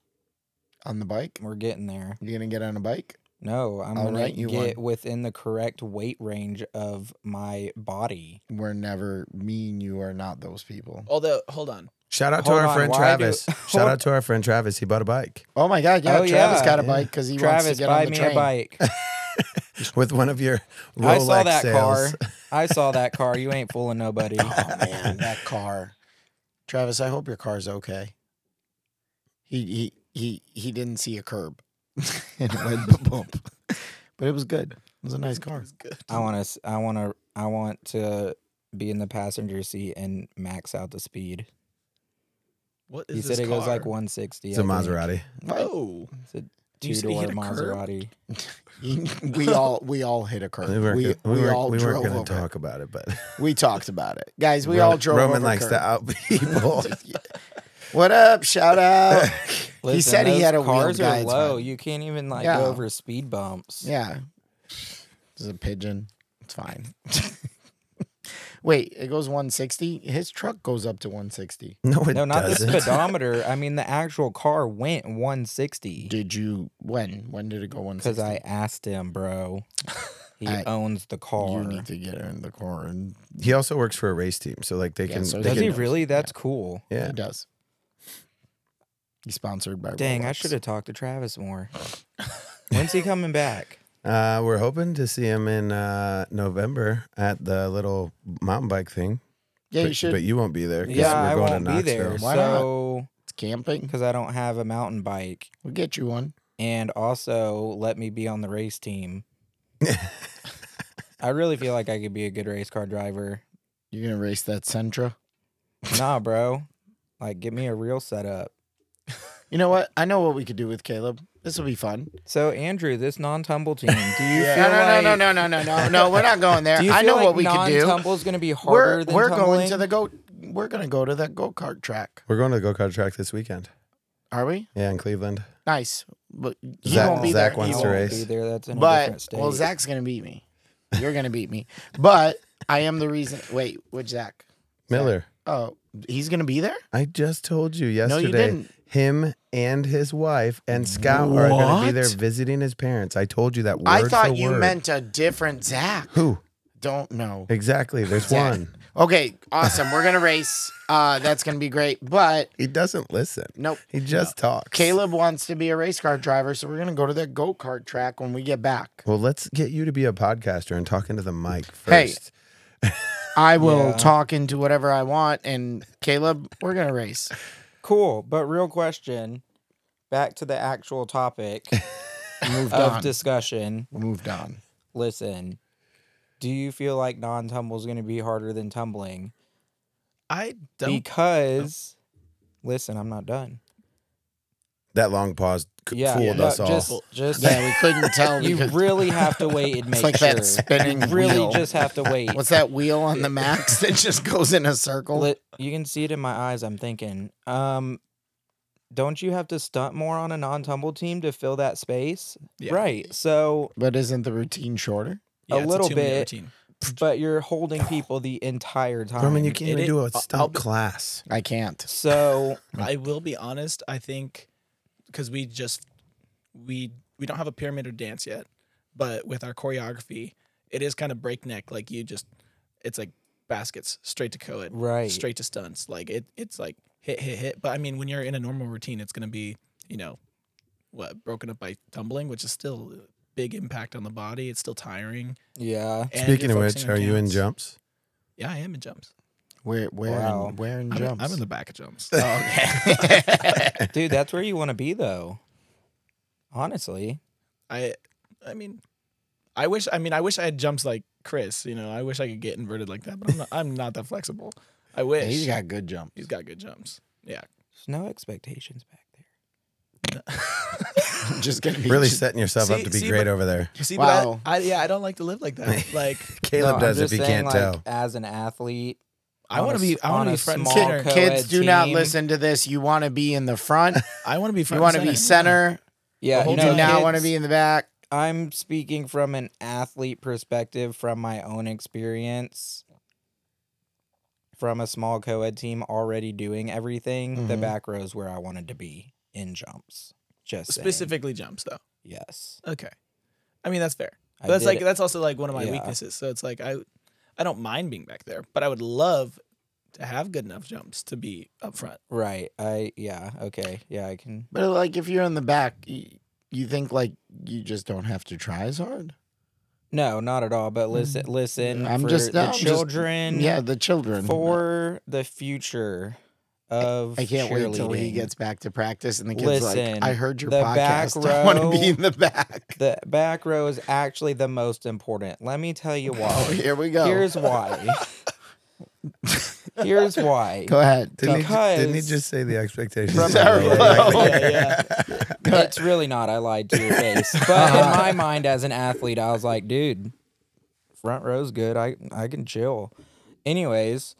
S3: on the bike.
S2: We're getting there.
S3: You gonna get on a bike?
S2: No, I'm
S3: I'll
S2: gonna
S3: write you
S2: get within the correct weight range of my body.
S3: We're never. Me and you are not those people.
S4: Although, hold on.
S1: Shout out
S2: Hold
S1: to our
S2: on,
S1: friend
S2: why do- [laughs]
S1: Travis. Shout
S2: Hold-
S1: out to our friend Travis. He bought a
S2: [laughs]
S1: bike
S3: Oh my God! Yeah,
S2: Oh,
S3: Travis
S2: yeah.
S3: got a
S1: Yeah.
S3: bike because he wants
S2: Travis,
S3: to get
S2: buy
S3: on the
S2: me
S3: train.
S2: a
S3: [laughs]
S2: bike.
S1: with one of your Rolex
S2: I saw that
S1: sales.
S2: car. I saw that car. You ain't fooling nobody.
S3: [laughs] Oh man, that car. Travis, I hope your car's okay. He he he he didn't see a curb. [laughs] and it went bump, bump. But it was good. It was a nice car.
S4: It's good.
S2: I want to. I want to. I want to be in the passenger seat and max out the speed.
S4: What
S2: You
S4: is
S2: said
S4: this
S2: it goes like
S4: car?
S2: 160.
S1: It's a
S2: I think.
S1: Maserati.
S4: Oh,
S2: It's a
S4: Did you say he
S2: two-door
S4: hit a curb?
S2: Maserati.
S3: He- we all we all hit a curb.
S1: We
S3: We
S1: weren't,
S3: we,
S1: we, weren't,
S3: all
S1: we
S3: drove
S1: weren't gonna
S3: over it.
S1: talk about it,
S2: [laughs]
S1: but
S3: We talked about it, guys. We
S1: Ro-
S3: all drove.
S1: Roman
S3: over
S1: likes to
S3: curb.
S1: out
S3: [laughs]
S2: [laughs]
S1: people. [laughs]
S3: What up? Shout out. he
S2: Listen,
S3: said he
S2: those
S3: had a wheel
S2: cars are
S3: guides
S2: low.
S3: one.
S2: You can't even like
S3: Yeah.
S2: go over speed bumps.
S3: Yeah. This is a pigeon. It's fine. [laughs] Wait, it goes 160. His truck goes up to 160.
S1: No, it
S2: No, not
S1: doesn't.
S2: the speedometer. I mean, the actual car went 160
S3: Did you when? When did it go 160?
S2: because I asked him,
S3: [laughs]
S2: bro. He
S3: I-
S2: owns the car.
S3: you need to get in the car and
S1: he also works for a race team, so like they
S3: Yeah,
S1: can.
S3: so
S1: they
S2: Does
S1: can
S2: he
S3: knows.
S2: really?
S3: Yeah.
S2: That's cool.
S1: yeah.
S3: he does. He's sponsored by.
S2: Dang, I
S3: Rolex.
S2: should have talked to Travis
S3: [laughs]
S2: more. When's he coming back?
S1: Uh, we're hoping to see him in uh, November at the little mountain bike thing.
S3: Yeah,
S1: but,
S3: you should.
S1: but you won't be there. 'cause
S2: Yeah,
S1: we're
S2: I
S1: going
S2: won't
S1: to
S2: be
S1: Knoxville.
S2: there.
S3: Why not?
S2: so,
S3: it's camping.
S2: because I don't have a mountain bike,
S3: We'll get you one.
S2: and also let me be on the race
S1: [laughs]
S2: team. I really feel like I could be a good race car driver.
S3: You're gonna race that Sentra.
S2: Nah, bro. Like, give me a real setup.
S3: You know what? I know what we could do with Caleb. This will be fun.
S2: So, Andrew, this non-tumble team, do you
S3: [laughs]
S2: feel
S3: No, no,
S2: like,
S3: no, no, no, no, no, no, no. We're not going there.
S2: [laughs] Do you
S3: I
S2: feel
S3: know
S2: like
S3: what we could do.
S2: Non-tumble is going to be harder
S3: We're
S2: than
S3: we're
S2: tumbling?
S3: going to the go. We're gonna go to that go kart track.
S1: We're going to the go kart track this weekend.
S3: Are we?
S1: Yeah, in Cleveland.
S3: Nice. But he
S1: Zach-
S3: won't be
S1: Zach
S3: there.
S2: I
S1: wants
S3: He
S1: to
S3: won't
S2: won't
S1: race.
S2: be there. That's in a different
S3: But
S2: state.
S3: well, Zach's gonna beat me. You're gonna beat me. But I am the reason. Wait, which Zach?
S1: Miller,
S3: Oh, he's gonna be there.
S1: I just told you
S3: No,
S1: yesterday.
S3: you didn't.
S1: Him and his wife and Scout are going to be there
S3: What?
S1: visiting his parents. I told you that word
S3: I thought
S1: for
S3: you
S1: word.
S3: meant a different Zach.
S1: who
S3: Don't know.
S1: exactly. There's
S3: Zach.
S1: one.
S3: Okay, awesome. We're gonna race. Uh, that's gonna be great. But
S1: He doesn't listen.
S3: nope.
S1: He just talks.
S3: Caleb wants to be a race car driver, so we're gonna go to that go kart track when we get back.
S1: Well, let's get you to be a podcaster and talk into the mic
S3: Hey.
S1: first.
S3: I will
S2: Yeah.
S3: talk into whatever I want, and Caleb, we're
S2: [laughs]
S3: gonna race.
S2: cool. But real question, back to the
S1: [laughs]
S2: actual topic
S3: Moved
S2: of
S3: on.
S2: discussion.
S3: Moved on.
S2: Listen, do you feel like non-tumble is going to be harder than tumbling?
S4: I don't.
S2: because listen, I'm not done.
S1: That long pause c-
S2: Yeah,
S1: fooled
S2: no,
S1: us all.
S2: just just
S1: [laughs]
S3: Yeah, we couldn't
S2: [laughs]
S3: tell.
S2: you
S3: because-
S2: really have to wait and make
S3: like
S2: sure.
S3: that spinning
S2: you really
S3: wheel.
S2: just have to wait.
S3: What's that wheel on [laughs] the max that just goes in a circle?
S2: Li- you can see it in my eyes. I'm thinking, um, don't you have to stunt more on a non-tumble team to fill that space?
S4: Yeah.
S2: Right. So,
S3: But isn't the routine shorter?
S2: a
S4: it's
S2: little
S4: two-minute
S2: bit.
S4: routine.
S2: but you're holding people the entire time. uh,
S1: I mean, you can't even
S4: It-
S1: do a
S4: I'll-
S1: stunt
S4: I'll be-
S1: class.
S3: I can't.
S4: [laughs]
S2: So
S4: I will be honest. I think because we just we we don't have a pyramid or dance yet, but with our choreography, it is kind of breakneck. Like you just, it's like baskets straight to co
S2: right.
S4: straight to stunts. Like it, it's like hit, hit, hit. But I mean, when you're in a normal routine, it's gonna be you know what broken up by tumbling, which is still a big impact on the body. It's still tiring.
S2: Yeah.
S4: and
S1: Speaking of
S4: you're
S1: which,
S4: focusing on
S1: are you in
S4: counts.
S1: jumps?
S4: Yeah, I am in jumps.
S3: Where where
S2: Wow.
S3: in, where in
S4: I'm,
S3: jumps?
S4: I'm in the back of jumps.
S3: [laughs]
S2: Dude, that's where you want to be though. Honestly.
S4: I I mean I wish I mean I wish I had jumps like Chris, you know. I wish I could get inverted like that, but I'm not I'm not that flexible. I
S3: [laughs]
S4: wish.
S3: He's got good jump.
S4: He's got good jumps. [laughs] Yeah.
S2: There's no expectations back there.
S3: just gonna be
S1: Really
S3: just-
S1: setting yourself up
S4: See-
S1: to be
S4: see,
S1: great
S4: but-
S1: over there.
S4: See,
S3: Wow.
S4: but I, I yeah, I don't like to live like that.
S1: [laughs]
S4: Like
S1: Caleb
S2: No, I'm
S1: does if
S2: just
S1: he
S2: saying,
S1: can't tell.
S2: like, As an athlete,
S4: I
S2: On
S4: want
S2: a
S4: to be
S2: s-
S4: I
S2: on
S4: want
S2: a
S4: to be front and
S2: small
S4: center.
S2: co-
S3: Kids,
S2: co-ed
S3: do not
S2: team.
S3: listen to this. You want to be in the [laughs] front.
S4: I want to be front
S3: You
S4: and
S3: want to be
S4: center.
S3: center.
S2: yeah, you
S4: The
S3: You
S4: whole
S3: do
S2: know,
S4: team.
S3: not
S2: kids-
S3: want to be in the back.
S2: I'm speaking from an athlete perspective, from my own experience, from a small co ed team already doing everything. The
S3: Mhm.
S2: back row is where I wanted to be in jumps. Just saying.
S4: Specifically jumps though.
S2: Yes.
S4: Okay. I mean, that's fair.
S2: I
S4: But that's
S2: did
S4: like
S2: it.
S4: that's also like one of my
S2: Yeah.
S4: weaknesses. So it's like I I don't mind being back there, but I would love to have good enough jumps to be up front.
S2: Right. I, yeah. Okay. Yeah. I can.
S3: But like, if you're in the back, you, you think like you just don't have to try as hard.
S2: No, not at all. But listen, listen.
S3: Mm. I'm
S2: for
S3: just-
S2: the
S3: no, I'm just-
S2: children.
S3: Yeah, the children.
S2: For the future of
S3: I can't wait till he
S2: cheerleading.
S3: gets back to practice and the kid's
S2: Listen,
S3: like, I heard your
S2: the back
S3: podcast. [laughs] I want to
S2: row-
S3: be in the back.
S2: The back row is actually the most important. Let me tell you
S3: [laughs] [laughs] Oh,
S2: why.
S3: here we go.
S2: Here's
S3: [laughs]
S2: why. Here's why.
S3: go ahead.
S1: Didn't, he, ju- didn't he
S2: because-
S1: just say the expectations?
S3: From-
S1: are really [laughs]
S3: Yeah,
S1: like-
S4: yeah,
S2: It's really not. I lied to your face. But
S3: Uh-huh.
S2: in my mind, as an athlete, I was like, dude, front row's good. I I can chill. Anyways,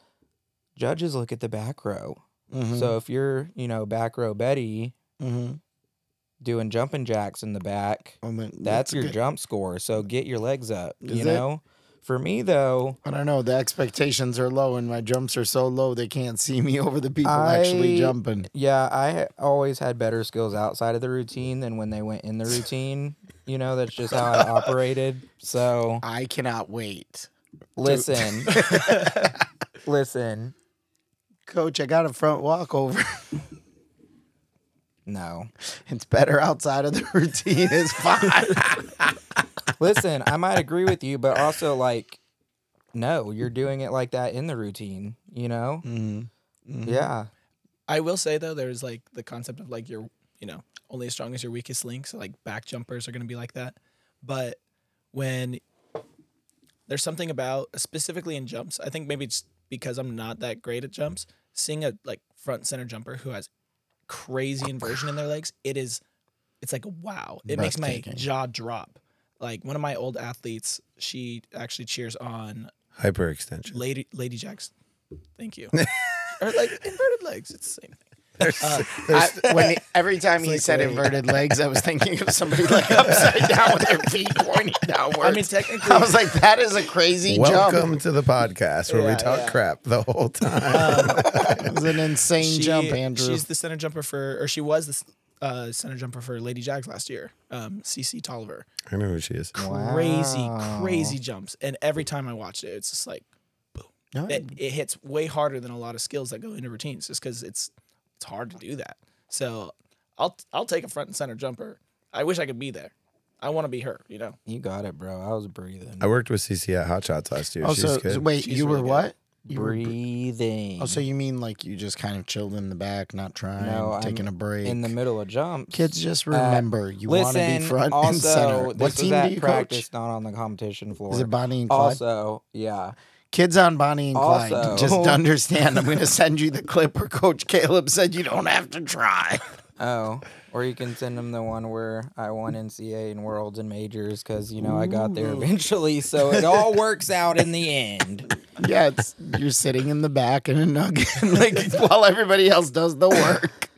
S2: judges look at the back row.
S3: Mhm,
S2: So if you're, you know, back row Betty
S3: mhm.
S2: doing jumping jacks in the back,
S3: Oh, man,
S2: that's, your
S3: good.
S2: jump score. So get your legs up.
S3: Is
S2: you
S3: it?
S2: know, For me though,
S3: I don't know. The expectations are low, and my jumps are so low they can't see me [laughs] over the people actually
S2: I-
S3: jumping.
S2: yeah, I ha- always had better skills outside of the routine than when they went in the routine. You know, that's just how I operated.
S3: [laughs]
S2: So
S3: I cannot wait, [laughs]
S2: listen, listen.
S3: Coach. I got a front walkover.
S2: No,
S3: [laughs] it's better outside of the [laughs] routine. It's
S2: [laughs]
S3: fine.
S2: listen. I might agree with you, but also like, no, you're doing it like that in the routine. You know?
S3: Mm-hmm.
S2: Yeah.
S4: I will say though, there's like the concept of like your, you know, only as strong as your weakest link. So like back jumpers are going to be like that. But when there's something about specifically in jumps, I think maybe it's because I'm not that great at jumps. Seeing a like front center jumper who has crazy inversion in their legs, it is, it's like wow. It makes my
S3: Breathtaking.
S4: jaw drop. Like one of my old athletes, she actually cheers on
S1: Hyperextension.
S4: Lady Lady Jacks. Thank you. or like inverted legs. It's the same thing.
S3: I,
S2: [laughs]
S3: when he- every time
S4: It's
S3: he
S4: like,
S3: said
S4: wait.
S3: inverted legs, I was thinking of somebody
S2: [laughs]
S3: like upside down with their feet pointing downwards.
S4: I mean, technically,
S3: I was like, that is a crazy
S1: Welcome to the podcast where
S4: Yeah,
S1: we talk
S4: yeah.
S1: crap the whole time.
S3: jump. It was an insane
S4: she-
S3: jump, Andrew.
S4: She's the center jumper for, or she was the s- uh, center jumper for Lady Jags last year. Um, CC Tolliver.
S1: [laughs] I know who she is.
S4: Crazy,
S3: Wow.
S4: crazy jumps. And every time I watched it, it's just like
S3: No,
S4: it, it hits way harder than a lot of skills that go into routines, just because it's it's hard to do that. So I'll I'll take a front and center jumper. I wish I could be there. I want to be her. You know.
S2: You got it, bro. I was breathing.
S1: I worked with CC at Hot Shots last year.
S3: oh,
S1: She's
S3: so,
S1: good.
S3: so wait,
S4: She's
S3: you were
S4: really good.
S3: what? You were br-
S2: breathing.
S3: Oh, so you mean like you just kind of chilled in the back, not trying,
S2: No, I'm
S3: taking a break?
S2: in the middle of jumps.
S3: Kids, just remember you want to be
S2: Listen,
S3: front
S2: also,
S3: and center.
S2: This
S3: What
S2: was
S3: team
S2: at
S3: do you
S2: practice,
S3: coach?
S2: Not on the competition floor.
S3: Is it Bonnie and Clyde?
S2: also, yeah.
S3: Kids on Bonnie and Clyde.
S2: Also- [laughs]
S3: Just understand. I'm going to send you the clip where Coach Caleb said you don't have
S2: [laughs]
S3: to try.
S2: Oh, or you can send them the one where I won NCA and worlds and majors because you know I got there eventually. So it all works out in the end.
S3: Yeah, it's you're sitting in the back in a nugget, [laughs] like while everybody else does the work.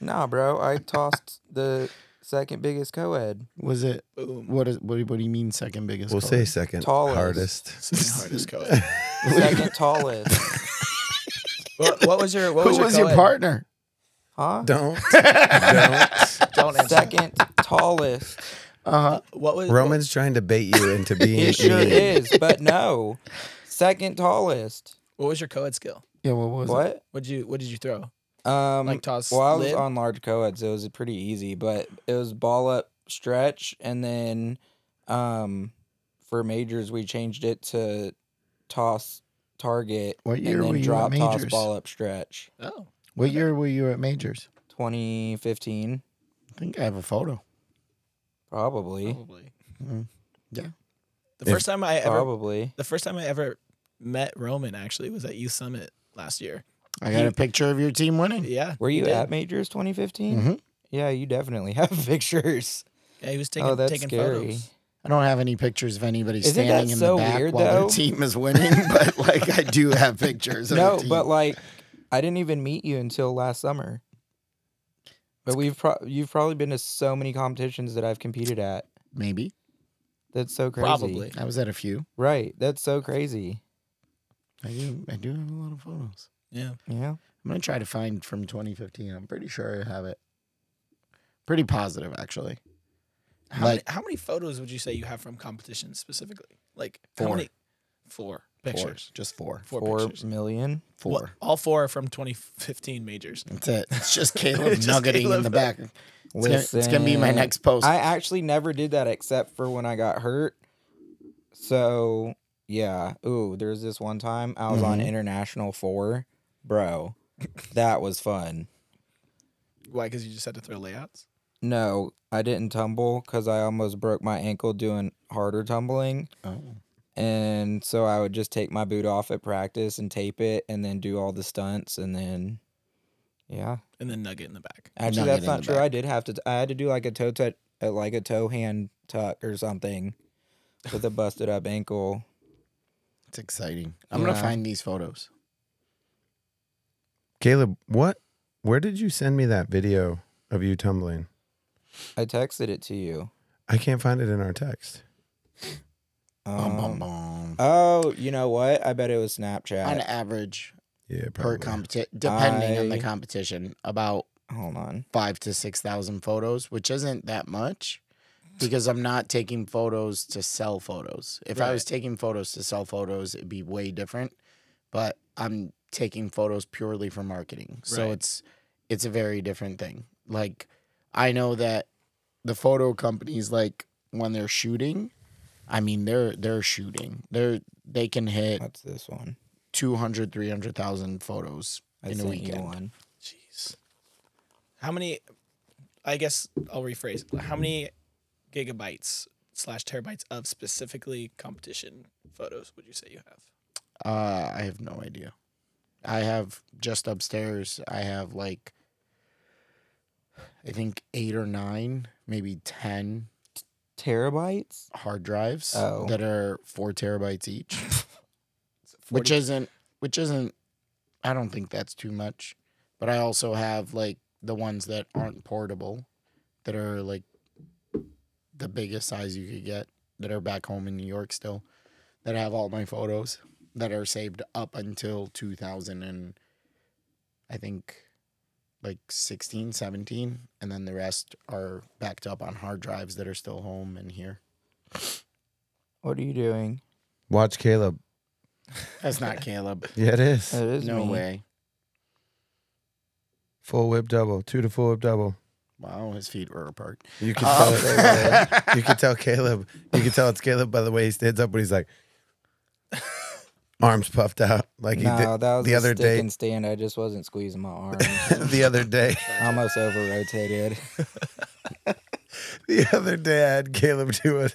S2: Nah, bro, I tossed the second biggest co-ed.
S3: Was it?
S4: Boom.
S3: What is? What do, what do you mean second biggest?
S1: we'll say
S3: color?
S1: second
S2: Tallest.
S1: hardest.
S3: [laughs]
S4: Hardest code.
S2: Second tallest.
S4: what, what was your what was
S3: Who
S4: your,
S3: was your
S4: co-ed?
S3: partner?
S2: Huh?
S1: Don't. don't.
S3: [laughs]
S4: Don't answer.
S2: Second tallest.
S3: Uh,
S4: What was
S1: Roman's trying to bait you into being.
S2: It sure
S1: mean.
S2: is, but no. Second tallest.
S4: What was your co-ed skill?
S3: yeah. What was? It?
S2: What?
S4: What'd you What did you throw?
S2: Um,
S4: Like toss
S2: Well, I was
S4: lid?
S2: on large co-eds. so It was pretty easy, but it was ball up stretch, and then um, for majors we changed it to toss target.
S3: What year
S2: and then
S3: were you at
S2: drop toss
S3: majors?
S2: ball up stretch.
S4: Oh,
S3: What year were you at majors?
S2: 2015,
S3: I think I have a photo.
S2: probably,
S4: probably.
S3: Mm. Yeah.
S4: Mm-hmm. The first time I ever
S2: probably.
S4: the first time I ever met Roman actually was at Youth Summit last year.
S3: I got a picture of your team winning.
S4: Yeah.
S2: Were you
S4: did.
S2: at majors 2015?
S3: Mhm.
S2: Yeah, you definitely [laughs] have pictures.
S4: Yeah, he was taking
S2: oh, that's
S4: taking
S2: scary.
S4: photos.
S3: I don't have any pictures of anybody
S2: Isn't that
S3: standing in
S2: so
S3: the back
S2: weird,
S3: while
S2: though?
S3: their team is winning, [laughs] but like I do have pictures. Of the
S2: No,
S3: team.
S2: but like, I didn't even meet you until last summer. But we've pro- you've probably been to so many competitions that I've competed at.
S3: maybe
S2: That's so crazy.
S4: Probably.
S3: I was at a few.
S2: Right. That's so crazy.
S3: I do. I do have a lot of photos.
S4: Yeah.
S2: Yeah.
S3: I'm gonna try to find from 2015. I'm pretty sure I have it. Pretty positive, actually.
S4: How,
S3: Like-
S4: many, how many photos would you say you have from competitions specifically? Like how
S3: Four.
S4: many? Four pictures.
S3: Four, just four.
S4: Four,
S2: Four
S4: pictures.
S2: million.
S3: Four.
S4: Well, all four are from 2015 majors.
S3: That's it. It's just Caleb
S4: Just
S3: nuggeting in
S4: Caleb.
S3: the back. It's gonna, it's gonna be my
S2: Listen,
S3: next post.
S2: I actually never did that except for when I got hurt. So yeah. Ooh, there was this one time I was on
S3: Mhm.
S2: international four, bro. That was fun.
S4: Why? Because you just had to throw layouts.
S2: No, I didn't tumble because I almost broke my ankle doing harder tumbling.
S3: oh.
S2: And so I would just take my boot off at practice and tape it and then do all the stunts and then yeah.
S4: And then nugget in the back.
S2: Actually
S3: Nugget
S2: that's
S3: in
S2: not
S3: the
S2: true.
S3: back.
S2: I did have to I had to do like a toe touch uh, like a toe hand tuck or something with a busted up ankle.
S3: It's exciting. I'm gonna
S2: Yeah.
S3: find these photos.
S1: Caleb, what? Where did you send me that video of you tumbling?
S2: I texted it to you.
S1: I can't find it in our text.
S3: Bum, bum,
S2: Um,
S3: bum.
S2: Oh, you know what? I bet it was
S3: On
S2: Snapchat.
S3: average,
S1: Yeah,
S3: per
S1: probably.
S3: competition, depending on the
S2: I-
S3: competition, about
S2: Hold on.
S3: five to six thousand photos, which isn't that much, because I'm not taking photos to sell photos. If I was taking photos to sell photos, it'd be way different. But I'm taking photos purely for marketing, so
S4: Right.
S3: it's it's a very different thing. Like I know that the photo companies, like when they're shooting, I mean they're they're shooting. They're they can hit
S2: What's this one?
S3: 200, 300,000 photos
S2: I
S3: in a
S2: sent you
S3: weekend.
S2: one.
S4: Jeez. How many? I guess I'll rephrase. How many gigabytes slash terabytes of specifically competition photos would you say you have?
S3: Uh, I have no idea. I have just upstairs. I have like, I think eight or nine, maybe ten
S2: Terabytes?
S3: hard drives
S2: Oh.
S3: that are four terabytes each, which isn't which isn't. I don't think that's too much, but I also have like the ones that aren't portable, that are like the biggest size you could get, that are back home in New York still, that have all my photos that are saved up until 2000 and I think like 16, 17 and then the rest are backed up on hard drives that are still home and here.
S2: What are you doing?
S1: Watch Caleb.
S3: That's not Caleb.
S1: Yeah, it is.
S2: It is
S3: no
S2: me.
S3: way.
S1: Full whip double, two to full whip double.
S3: Wow, his feet were apart.
S1: You can tell.
S3: Um, [laughs]
S1: It, you can tell Caleb. You can tell it's Caleb by the way he stands up when he's like, arms puffed out, like he
S2: no,
S1: did
S2: that was
S1: the
S2: a
S1: other
S2: stick
S1: day.
S2: and stand. I just wasn't squeezing my
S1: [laughs]
S2: arm.
S1: the other day. [laughs]
S2: Almost over rotated.
S1: The other day, I had Caleb do a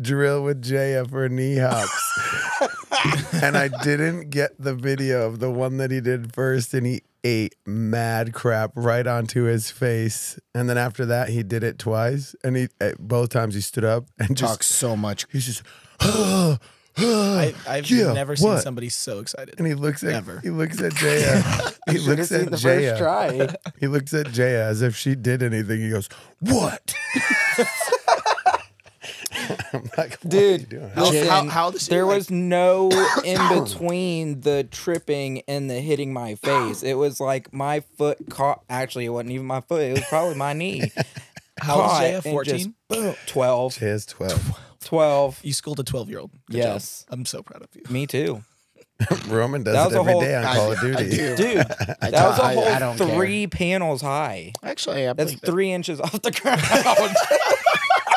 S1: drill with JF for knee hops,
S3: [laughs]
S1: [laughs] and I didn't get the video of the one that he did first, and he ate mad crap right onto his face. And then after that, he did it twice, and he eh, both times he stood up and just
S3: Talks so much.
S1: he's just. "Ah, ah,
S4: I, I've
S1: yeah,
S4: never seen
S1: what?"
S4: somebody so excited.
S1: And he looks at
S4: Ever.
S1: he looks at
S4: [laughs]
S1: JF. he looks at JF.
S3: try.
S1: He looks at Jaya as if she did anything. He goes, "What?" [laughs] I'm like, what
S2: Dude,
S1: are you doing?
S4: How,
S2: Listen,
S4: how, how does she
S2: there
S4: like-
S2: was no in between the tripping and the hitting my face. It was like my foot caught. Actually, it wasn't even my foot. It was probably my knee.
S4: How old is
S2: Caught
S4: Jaya?
S2: and just
S4: 14?
S2: [clears throat] boom, 12.
S1: Jaya's twelve.
S2: 12.
S4: you schooled a twelve year old?
S2: Yes.
S4: I'm so proud of you.
S2: Me too.
S1: Roman does
S2: That was
S1: it
S2: a
S1: every day
S2: whole-
S1: on
S3: I-
S1: Call of
S3: I
S1: Duty.
S3: do.
S2: Dude,
S3: I
S2: that was
S3: don't- I-
S2: a whole
S3: I don't care.
S2: three panels high.
S3: Actually, I
S2: That's
S3: believe that.
S2: three inches off the [laughs] ground.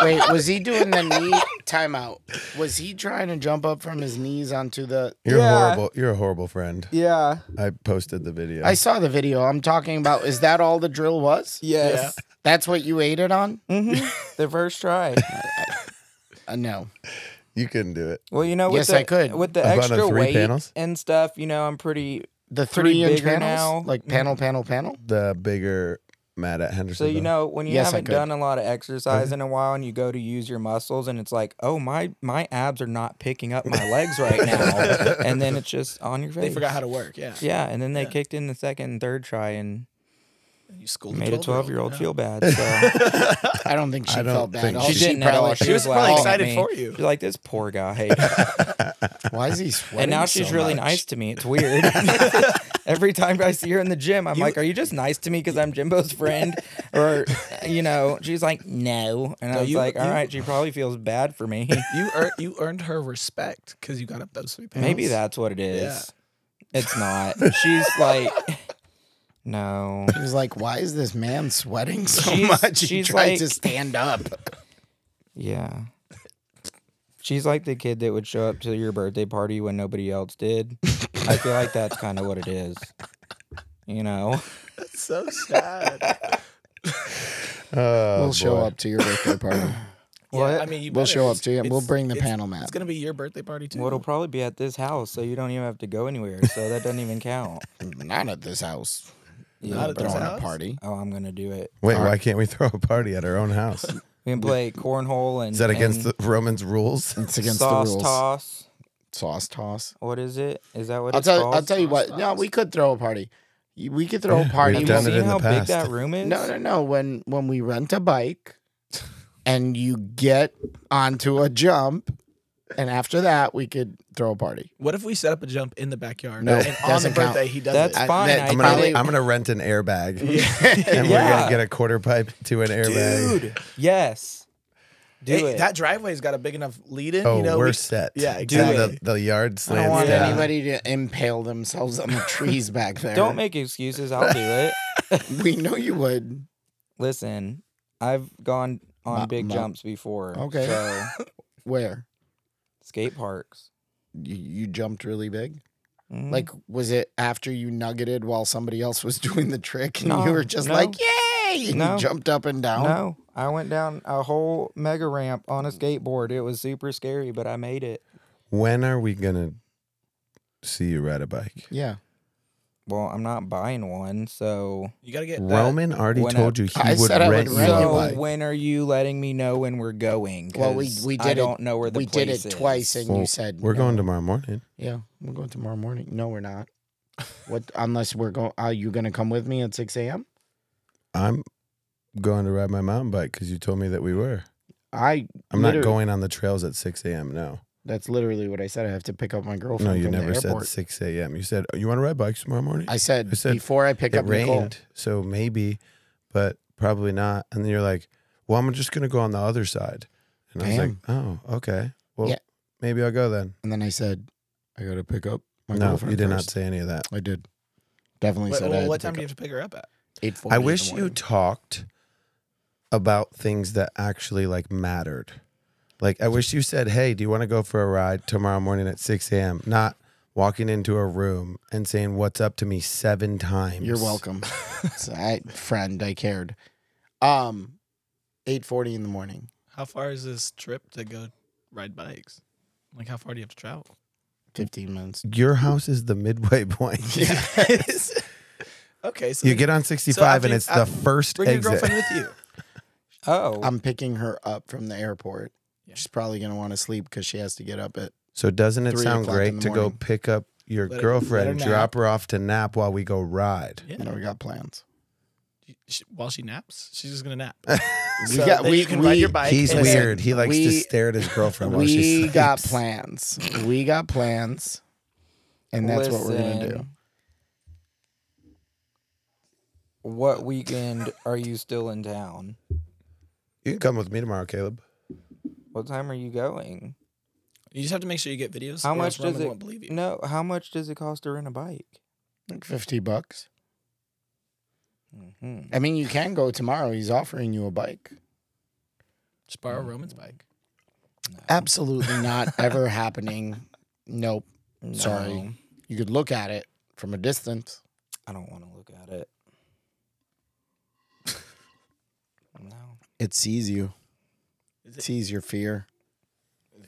S3: Wait, was he doing the knee timeout? Was he trying to jump up from his knees onto the?
S1: You're
S2: Yeah.
S1: horrible. You're a horrible friend.
S2: yeah.
S1: I posted the video.
S3: I saw the video. I'm talking about. Is that all the drill was?
S2: Yes.
S3: That's what you ate it on?
S2: hmm The first try.
S3: Uh, no.
S1: you couldn't do it.
S2: Well, you know, with
S3: Yes,
S2: the,
S3: I could.
S2: With the
S1: I've gone on
S2: extra
S1: three
S2: weight
S1: panels.
S2: and stuff, you know, I'm pretty.
S3: The
S2: Pretty
S3: three inch
S2: bigger
S3: panels,
S2: now.
S3: like panel, panel, panel.
S1: The bigger Matt at Henderson.
S2: So you know, when you
S3: Yes, I
S2: haven't
S3: could. Mm-hmm.
S2: done a lot of exercise in a while, and you go to use your muscles, and it's like, oh my, my abs are not picking up my legs
S3: [laughs]
S2: right now, and then it's just on your face.
S4: They forgot how to work. Yeah.
S2: Yeah, and then they
S4: Yeah.
S2: kicked in the second and third try and
S4: You schooled
S2: made a 12 year old
S4: yeah.
S2: feel
S3: [laughs]
S2: bad. So
S3: I don't think she
S1: I don't
S3: felt bad.
S1: think
S3: at all.
S1: she
S2: she didn't at all. She,
S4: She
S2: was,
S4: was probably
S2: [laughs] laughing
S4: excited
S2: at me.
S4: for you.
S2: She's like, this poor guy.
S3: Why is he sweating?
S2: and now she's
S3: so
S2: really
S3: much?
S2: nice to me. It's weird. [laughs] Every time I see her in the gym, I'm like, "Are you just nice to me because I'm Jimbo's friend?" Or, you know, she's like, "No," and
S4: No,
S2: I was
S4: you-
S2: like, "All
S4: you-
S2: right, she probably feels bad for me.
S4: You earned you earned her respect because you got up those three panels.
S2: Maybe that's what it is. It's not. She's like, [laughs] no.
S3: She was like, "Why is this man sweating so
S2: She's-
S3: much?" He
S2: she's
S3: tried to
S2: like-
S3: stand up.
S2: Yeah. She's like the kid that would show up to your birthday party when nobody else did. I feel like that's kind of what it is. You know?
S4: [laughs] That's so sad.
S1: Oh,
S3: we'll show
S1: boy.
S3: up to your
S1: [coughs]
S3: birthday party.
S4: Yeah, I mean, you
S3: we'll
S4: better.
S3: show up
S4: It's-
S3: to you. and We'll
S4: it's-
S3: bring the
S4: it's-
S3: panel map.
S4: It's gonna be your birthday party too.
S2: Well, it'll probably be at this house, so you don't even have to go anywhere. So that doesn't even
S3: [laughs]
S2: count.
S3: Not at this house.
S4: Not at this
S3: throwing a
S4: house.
S3: party.
S2: Oh, I'm going to do it.
S1: Wait, why can't we throw a party at our own house?
S2: We can play cornhole and.
S1: Is that against
S2: and
S1: the Romans' rules?
S3: It's against
S2: sauce
S3: the rules.
S2: toss?
S3: Sauce toss.
S2: What is it? Is that what
S3: I'll
S2: it's
S3: tell.
S2: called?
S3: I'll tell you what. No, we could throw a party. You- We
S1: [laughs]
S3: could throw a party.
S1: We've
S2: Have you
S1: done
S3: when
S1: it
S2: seen
S1: in the
S2: how big
S1: past. [laughs]
S2: that room is?
S3: No, no, no. When when we rent a bike and you get onto a jump and after that we could throw
S4: [laughs]
S3: a party.
S4: What if we set up a jump in the backyard?
S3: No,
S4: and on the
S3: doesn't count.
S4: birthday he does
S2: That's
S4: it.
S3: I-
S2: fine.
S3: that-
S2: I
S3: I'm
S1: I'm gonna,
S2: totally-
S1: I'm gonna rent an airbag, and we're
S2: Yeah.
S1: gonna get a quarter pipe to an airbag.
S2: Dude, yes. Do
S4: Hey,
S2: it.
S4: That driveway's got a big enough lead in.
S1: oh,
S4: you know,
S1: we're
S4: we-
S1: set.
S4: yeah,
S1: And
S4: exactly.
S1: The, the yard
S3: I don't
S1: slants
S3: want
S1: down.
S3: anybody to impale themselves on the trees back there.
S2: Don't make excuses. I'll do it.
S3: [laughs] We know you would.
S2: Listen, I've gone on
S3: Ma-
S2: big
S3: ma-
S2: jumps before.
S3: Okay. [laughs]
S2: So
S3: Where
S2: skate parks.
S3: you, you jumped really big.
S2: Mhm.
S3: Like, was it after you nuggeted while somebody else was [laughs] doing the trick and
S2: No,
S3: you were just
S2: no.
S3: like, yay! And
S2: No.
S3: you jumped up and down?
S2: no, I went down a whole mega ramp on a skateboard. It was super scary, but I made it.
S1: When are we gonna see you ride a bike?
S3: Yeah.
S2: Well, I'm not buying one, so
S4: you gotta get that.
S1: Roman already
S2: when I-
S1: told you he
S3: I
S1: would
S3: said I would
S1: rent you
S3: rent
S1: a
S3: you
S2: so
S1: bike.
S2: when are you letting me know when we're going?
S3: Well, we-
S2: 'Cause
S3: we
S2: I
S3: did it-
S2: don't know where the
S3: We did it
S2: place is.
S3: twice and
S1: Well,
S3: you said,
S1: We're
S3: no.
S1: going tomorrow morning.
S3: Yeah, we're going tomorrow morning. No, we're not. What? Unless we're going, are you going to come with me at 6 a.m.?
S1: I'm going to ride my mountain bike because you told me that we were.
S3: I,
S1: I'm
S3: Literally.
S1: not going on the trails at 6 a.m. No,
S3: that's literally what I said. I have to pick up my girlfriend.
S1: no, you
S3: from the
S1: never said
S3: airport.
S1: 6 a.m. You said "Oh, you want to ride bikes tomorrow morning.
S3: I said,
S1: I said
S3: before I pick
S1: it
S3: up
S1: rained,
S3: Nicole.
S1: so maybe, but probably not. And then you're like, well, I'm just gonna go on the other side. And I was like, oh, okay. Well,
S3: Yeah.
S1: maybe I'll go then.
S3: And then I said, I got to pick up my
S1: no,
S3: girlfriend.
S1: you did not
S3: first.
S1: say any of that.
S3: I did. Definitely
S4: Wait,
S3: said
S4: well,
S3: I had
S4: what
S3: to
S4: time do
S3: pick
S4: you have to pick her up at?
S3: up 8:40
S1: I
S3: in the
S1: wish you
S3: morning.
S1: talked about things that actually like mattered. Like I wish you said, "Hey, do you want to go for a ride tomorrow morning at 6 a.m.?" Not walking into a room and saying, "What's up to me?" seven times.
S3: You're welcome. [laughs] so I, friend, I cared. Um, 8:40 in the morning.
S4: How far is this trip to go ride bikes? Like, how far do you have
S1: [laughs]
S4: to travel?
S3: 15 minutes.
S1: Your house is the midway [laughs]
S4: [laughs]
S1: point.
S4: okay, so
S1: you get on 65
S4: after
S1: and
S4: you-
S1: it's the
S4: after-
S1: first
S4: bring your
S1: exit.
S4: girlfriend with
S1: [laughs]
S4: you.
S2: Oh,
S3: I'm picking her up from the airport.
S4: Yeah.
S3: She's probably going to want to sleep because she has to get up at.
S1: So doesn't it
S3: Three
S1: sound
S3: o'clock in
S1: great to
S3: the
S1: go
S3: morning.
S1: pick up your
S4: Let her- let her
S1: girlfriend, drop
S4: nap.
S1: her off to nap while we go ride?
S4: Yeah.
S3: You know, we got plans.
S4: She- while she naps, she's just
S1: [laughs]
S4: gonna nap.
S3: We
S4: So
S3: got-
S4: then
S3: we-
S4: you can ride
S3: we-
S4: your bike.
S1: He's
S4: and then-
S1: weird. He likes to
S3: we-
S1: stare at his girlfriend while she
S3: We
S1: sleeps.
S3: got plans. We got plans. And that's what we're going to do.
S2: Listen. what weekend are you still in town?
S1: You can come with me tomorrow, Caleb.
S2: What time are you going?
S4: You just have to make sure you get videos.
S2: How
S4: or
S2: much
S4: else Roman
S2: does it
S4: Won't believe you.
S2: No, how much does it cost to rent a bike?
S3: Like 50 bucks.
S2: Mm-hmm.
S3: I mean, you can go tomorrow. He's offering you a bike.
S4: Just borrow Roman's bike.
S3: Absolutely not ever [laughs] happening. Nope. Sorry. You could look at it from a distance.
S2: I don't want to look at it. [laughs] no.
S3: It sees you.
S4: Is
S3: It
S4: it-
S3: sees your fear.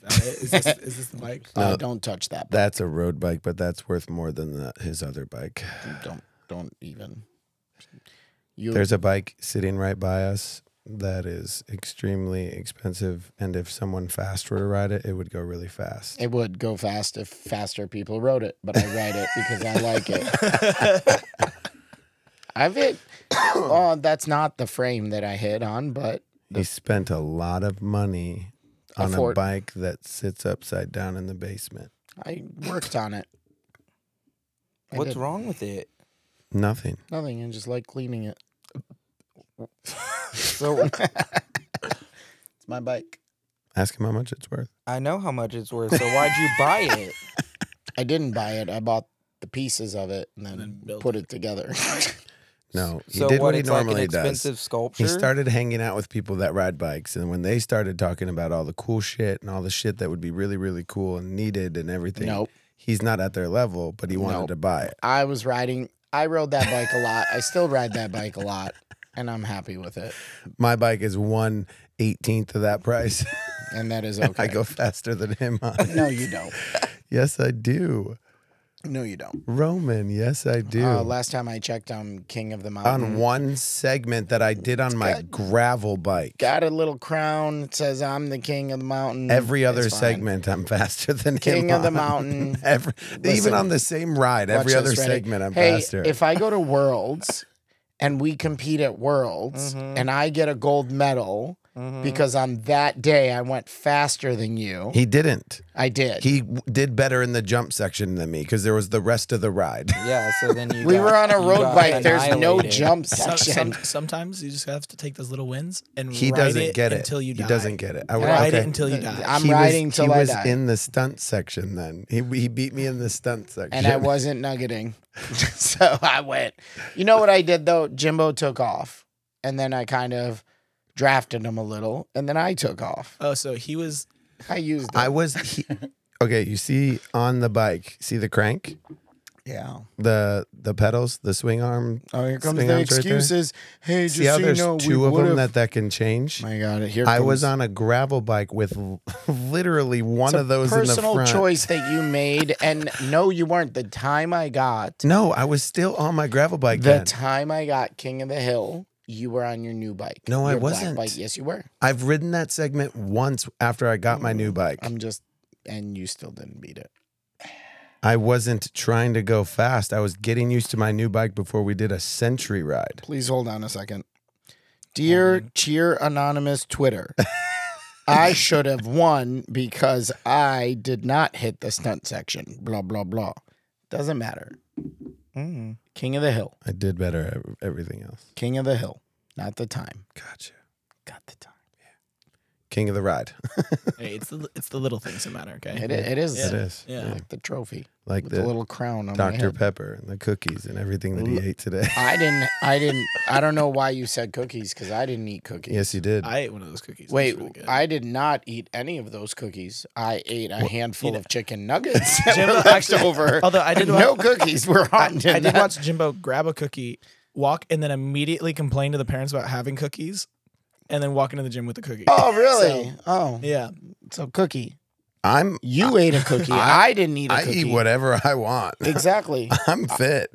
S4: Is, that it? Is this,
S2: [laughs]
S4: is this the bike?
S3: Uh,
S1: No.
S3: don't touch that.
S1: That's a road bike, but that's worth more than the, his other bike.
S3: button. Don't don't even. You
S1: There's a bike sitting right by us that is extremely expensive, and if someone fast were to ride it, it would go really fast.
S3: it would go fast if faster people rode it, but I ride it because I like it. [laughs] I've hit. Oh, that's not the frame that I hit on, but
S1: He spent a lot of money
S3: A
S1: on a
S3: Ford.
S1: bike that sits upside down in the basement.
S3: I worked on it. I
S2: What's
S3: did
S2: wrong with it?
S1: Nothing.
S3: Nothing. I just like cleaning it. [laughs]
S2: So
S3: It's my bike.
S1: Ask him how much it's worth.
S2: I know how much it's worth. So why'd you
S3: [laughs]
S2: buy it?
S3: I didn't buy it. I bought the pieces of it and
S4: then
S3: then
S4: built
S3: put it together. [laughs]
S1: No, he
S2: so
S1: did what he
S2: it's
S1: normally
S2: like an
S1: does.
S2: expensive sculpture.
S1: He started hanging out with people that ride bikes, and when they started talking about all the cool shit and all the shit that would be really, really cool and needed and everything,
S3: nope.
S1: he's not at their level, but he wanted
S3: Nope.
S1: to buy it.
S3: I was riding. I rode that bike a lot. I still ride that bike a lot, and I'm happy with it.
S1: My bike is one eighteenth of that price. [laughs]
S3: And that is okay.
S1: I go faster than
S3: [laughs]
S1: him. [laughs] On. it.
S3: No, you don't.
S1: Yes, I do,
S3: No, you don't.
S1: Roman. Yes, I do.
S3: Uh, last time I checked, I'm king of the mountain.
S1: on one segment that I did on my
S3: good.
S1: gravel bike.
S3: Got a little crown. It says I'm the king of the mountain.
S1: Every other
S3: It's fine.
S1: segment, I'm faster than him.
S3: King of the
S1: on. [laughs]
S3: mountain.
S1: Every, even
S3: Listen.
S1: on the same ride,
S3: Watch
S1: every
S3: this,
S1: other
S3: ready?
S1: segment, I'm
S3: hey,
S1: faster.
S3: If I go to Worlds and we compete at Worlds
S2: Mhm.
S1: Mm-hmm.
S3: and I get a gold medal,
S2: Mm-hmm.
S3: because on that day I went faster than you.
S1: He didn't.
S3: I did.
S1: He w- did better in the jump section than me because there was the rest of the ride. [laughs]
S2: yeah. So then you.
S3: we
S2: got-
S3: were on a
S2: you
S3: road
S2: got
S3: bike. There's no
S2: annihilated.
S3: jump
S4: Some,
S3: section.
S4: some, sometimes you just have to take those little wins and
S1: He
S4: ride
S1: doesn't
S4: it
S1: get it
S4: until you die.
S1: He doesn't get it. I
S3: [laughs] Yeah.
S1: would
S4: ride it
S1: okay.
S4: until you
S3: Uh,
S4: die.
S3: I'm
S1: He was-
S3: riding till
S1: he
S3: I
S1: was
S3: die.
S1: in the stunt section. Then he he beat me in the stunt section.
S3: and I wasn't nuggeting. [laughs] so I went. You know what I did though? Jimbo took off, and then I kind of drafted him a little, and then I took off.
S4: oh, so he was
S3: I used.
S1: [laughs]
S3: It.
S1: I was.
S3: [laughs]
S1: He, okay, you see on the bike, see the crank,
S3: yeah.
S1: the the pedals, the swing arm.
S3: Oh, here comes
S1: Swing
S3: the
S1: arms right there.
S3: excuses. hey, just
S1: see how
S3: so you
S1: there's
S3: know,
S1: two
S3: we
S1: of them
S3: would've-
S1: that that can change.
S3: My God, here
S1: I was
S3: comes-
S1: on a gravel bike with l- [laughs] literally one
S3: It's a
S1: of those in the
S3: personal
S1: front.
S3: choice that you made, and no, you weren't. The time I got,
S1: No, I was still on my gravel bike
S3: the
S1: then.
S3: time I got King of the Hill, you were on your new bike.
S1: No, I
S3: Your black
S1: wasn't.
S3: Bike. Yes, you were.
S1: I've ridden that segment once after I got my new bike.
S3: I'm just, and you still didn't beat it.
S1: I wasn't trying to go fast. I was getting used to my new bike before we did a century ride.
S3: Please hold on a second. Dear Cheer Anonymous
S1: [laughs]
S3: Twitter, I should have won because I did not hit the stunt section. Blah, blah, blah. Doesn't matter.
S2: Mm.
S3: King of the Hill.
S1: I did better at ev- everything else.
S3: King of the Hill. Not the time.
S1: Gotcha.
S3: Got the time.
S1: King of the ride. [laughs]
S4: hey, it's the it's the little things that matter. Okay.
S3: It, it is
S1: It is.
S4: Yeah.
S3: like the trophy
S1: Like
S3: with
S1: the,
S3: the, little crown on my
S1: Dr.
S4: [laughs]
S3: head.
S1: Pepper and the cookies and everything that he
S3: L-
S1: ate today.
S3: I didn't. I didn't. I don't know why you said cookies because I didn't eat
S1: [laughs]
S3: cookies.
S1: yes, you did.
S4: I ate one of those cookies. It was
S3: Wait,
S4: really good.
S3: I did not eat any of those cookies. I ate a handful
S4: know-
S3: of
S4: [laughs]
S3: chicken nuggets that
S4: Jimbo-
S3: were left
S4: actually,
S3: over.
S4: although I did
S3: [laughs] no
S4: watch-
S3: cookies were
S4: I,
S3: on.
S4: I
S3: [laughs]
S4: did watch Jimbo grab a cookie, walk, and then immediately complain to the parents about having cookies, and then walk into the gym with a cookie.
S3: Oh really? oh,
S4: Yeah,
S3: so cookie.
S1: I'm
S3: You ate a cookie. I,
S1: I-
S3: didn't eat a
S1: I
S3: cookie.
S1: eat whatever I want.
S3: Exactly.
S1: [laughs] I'm fit.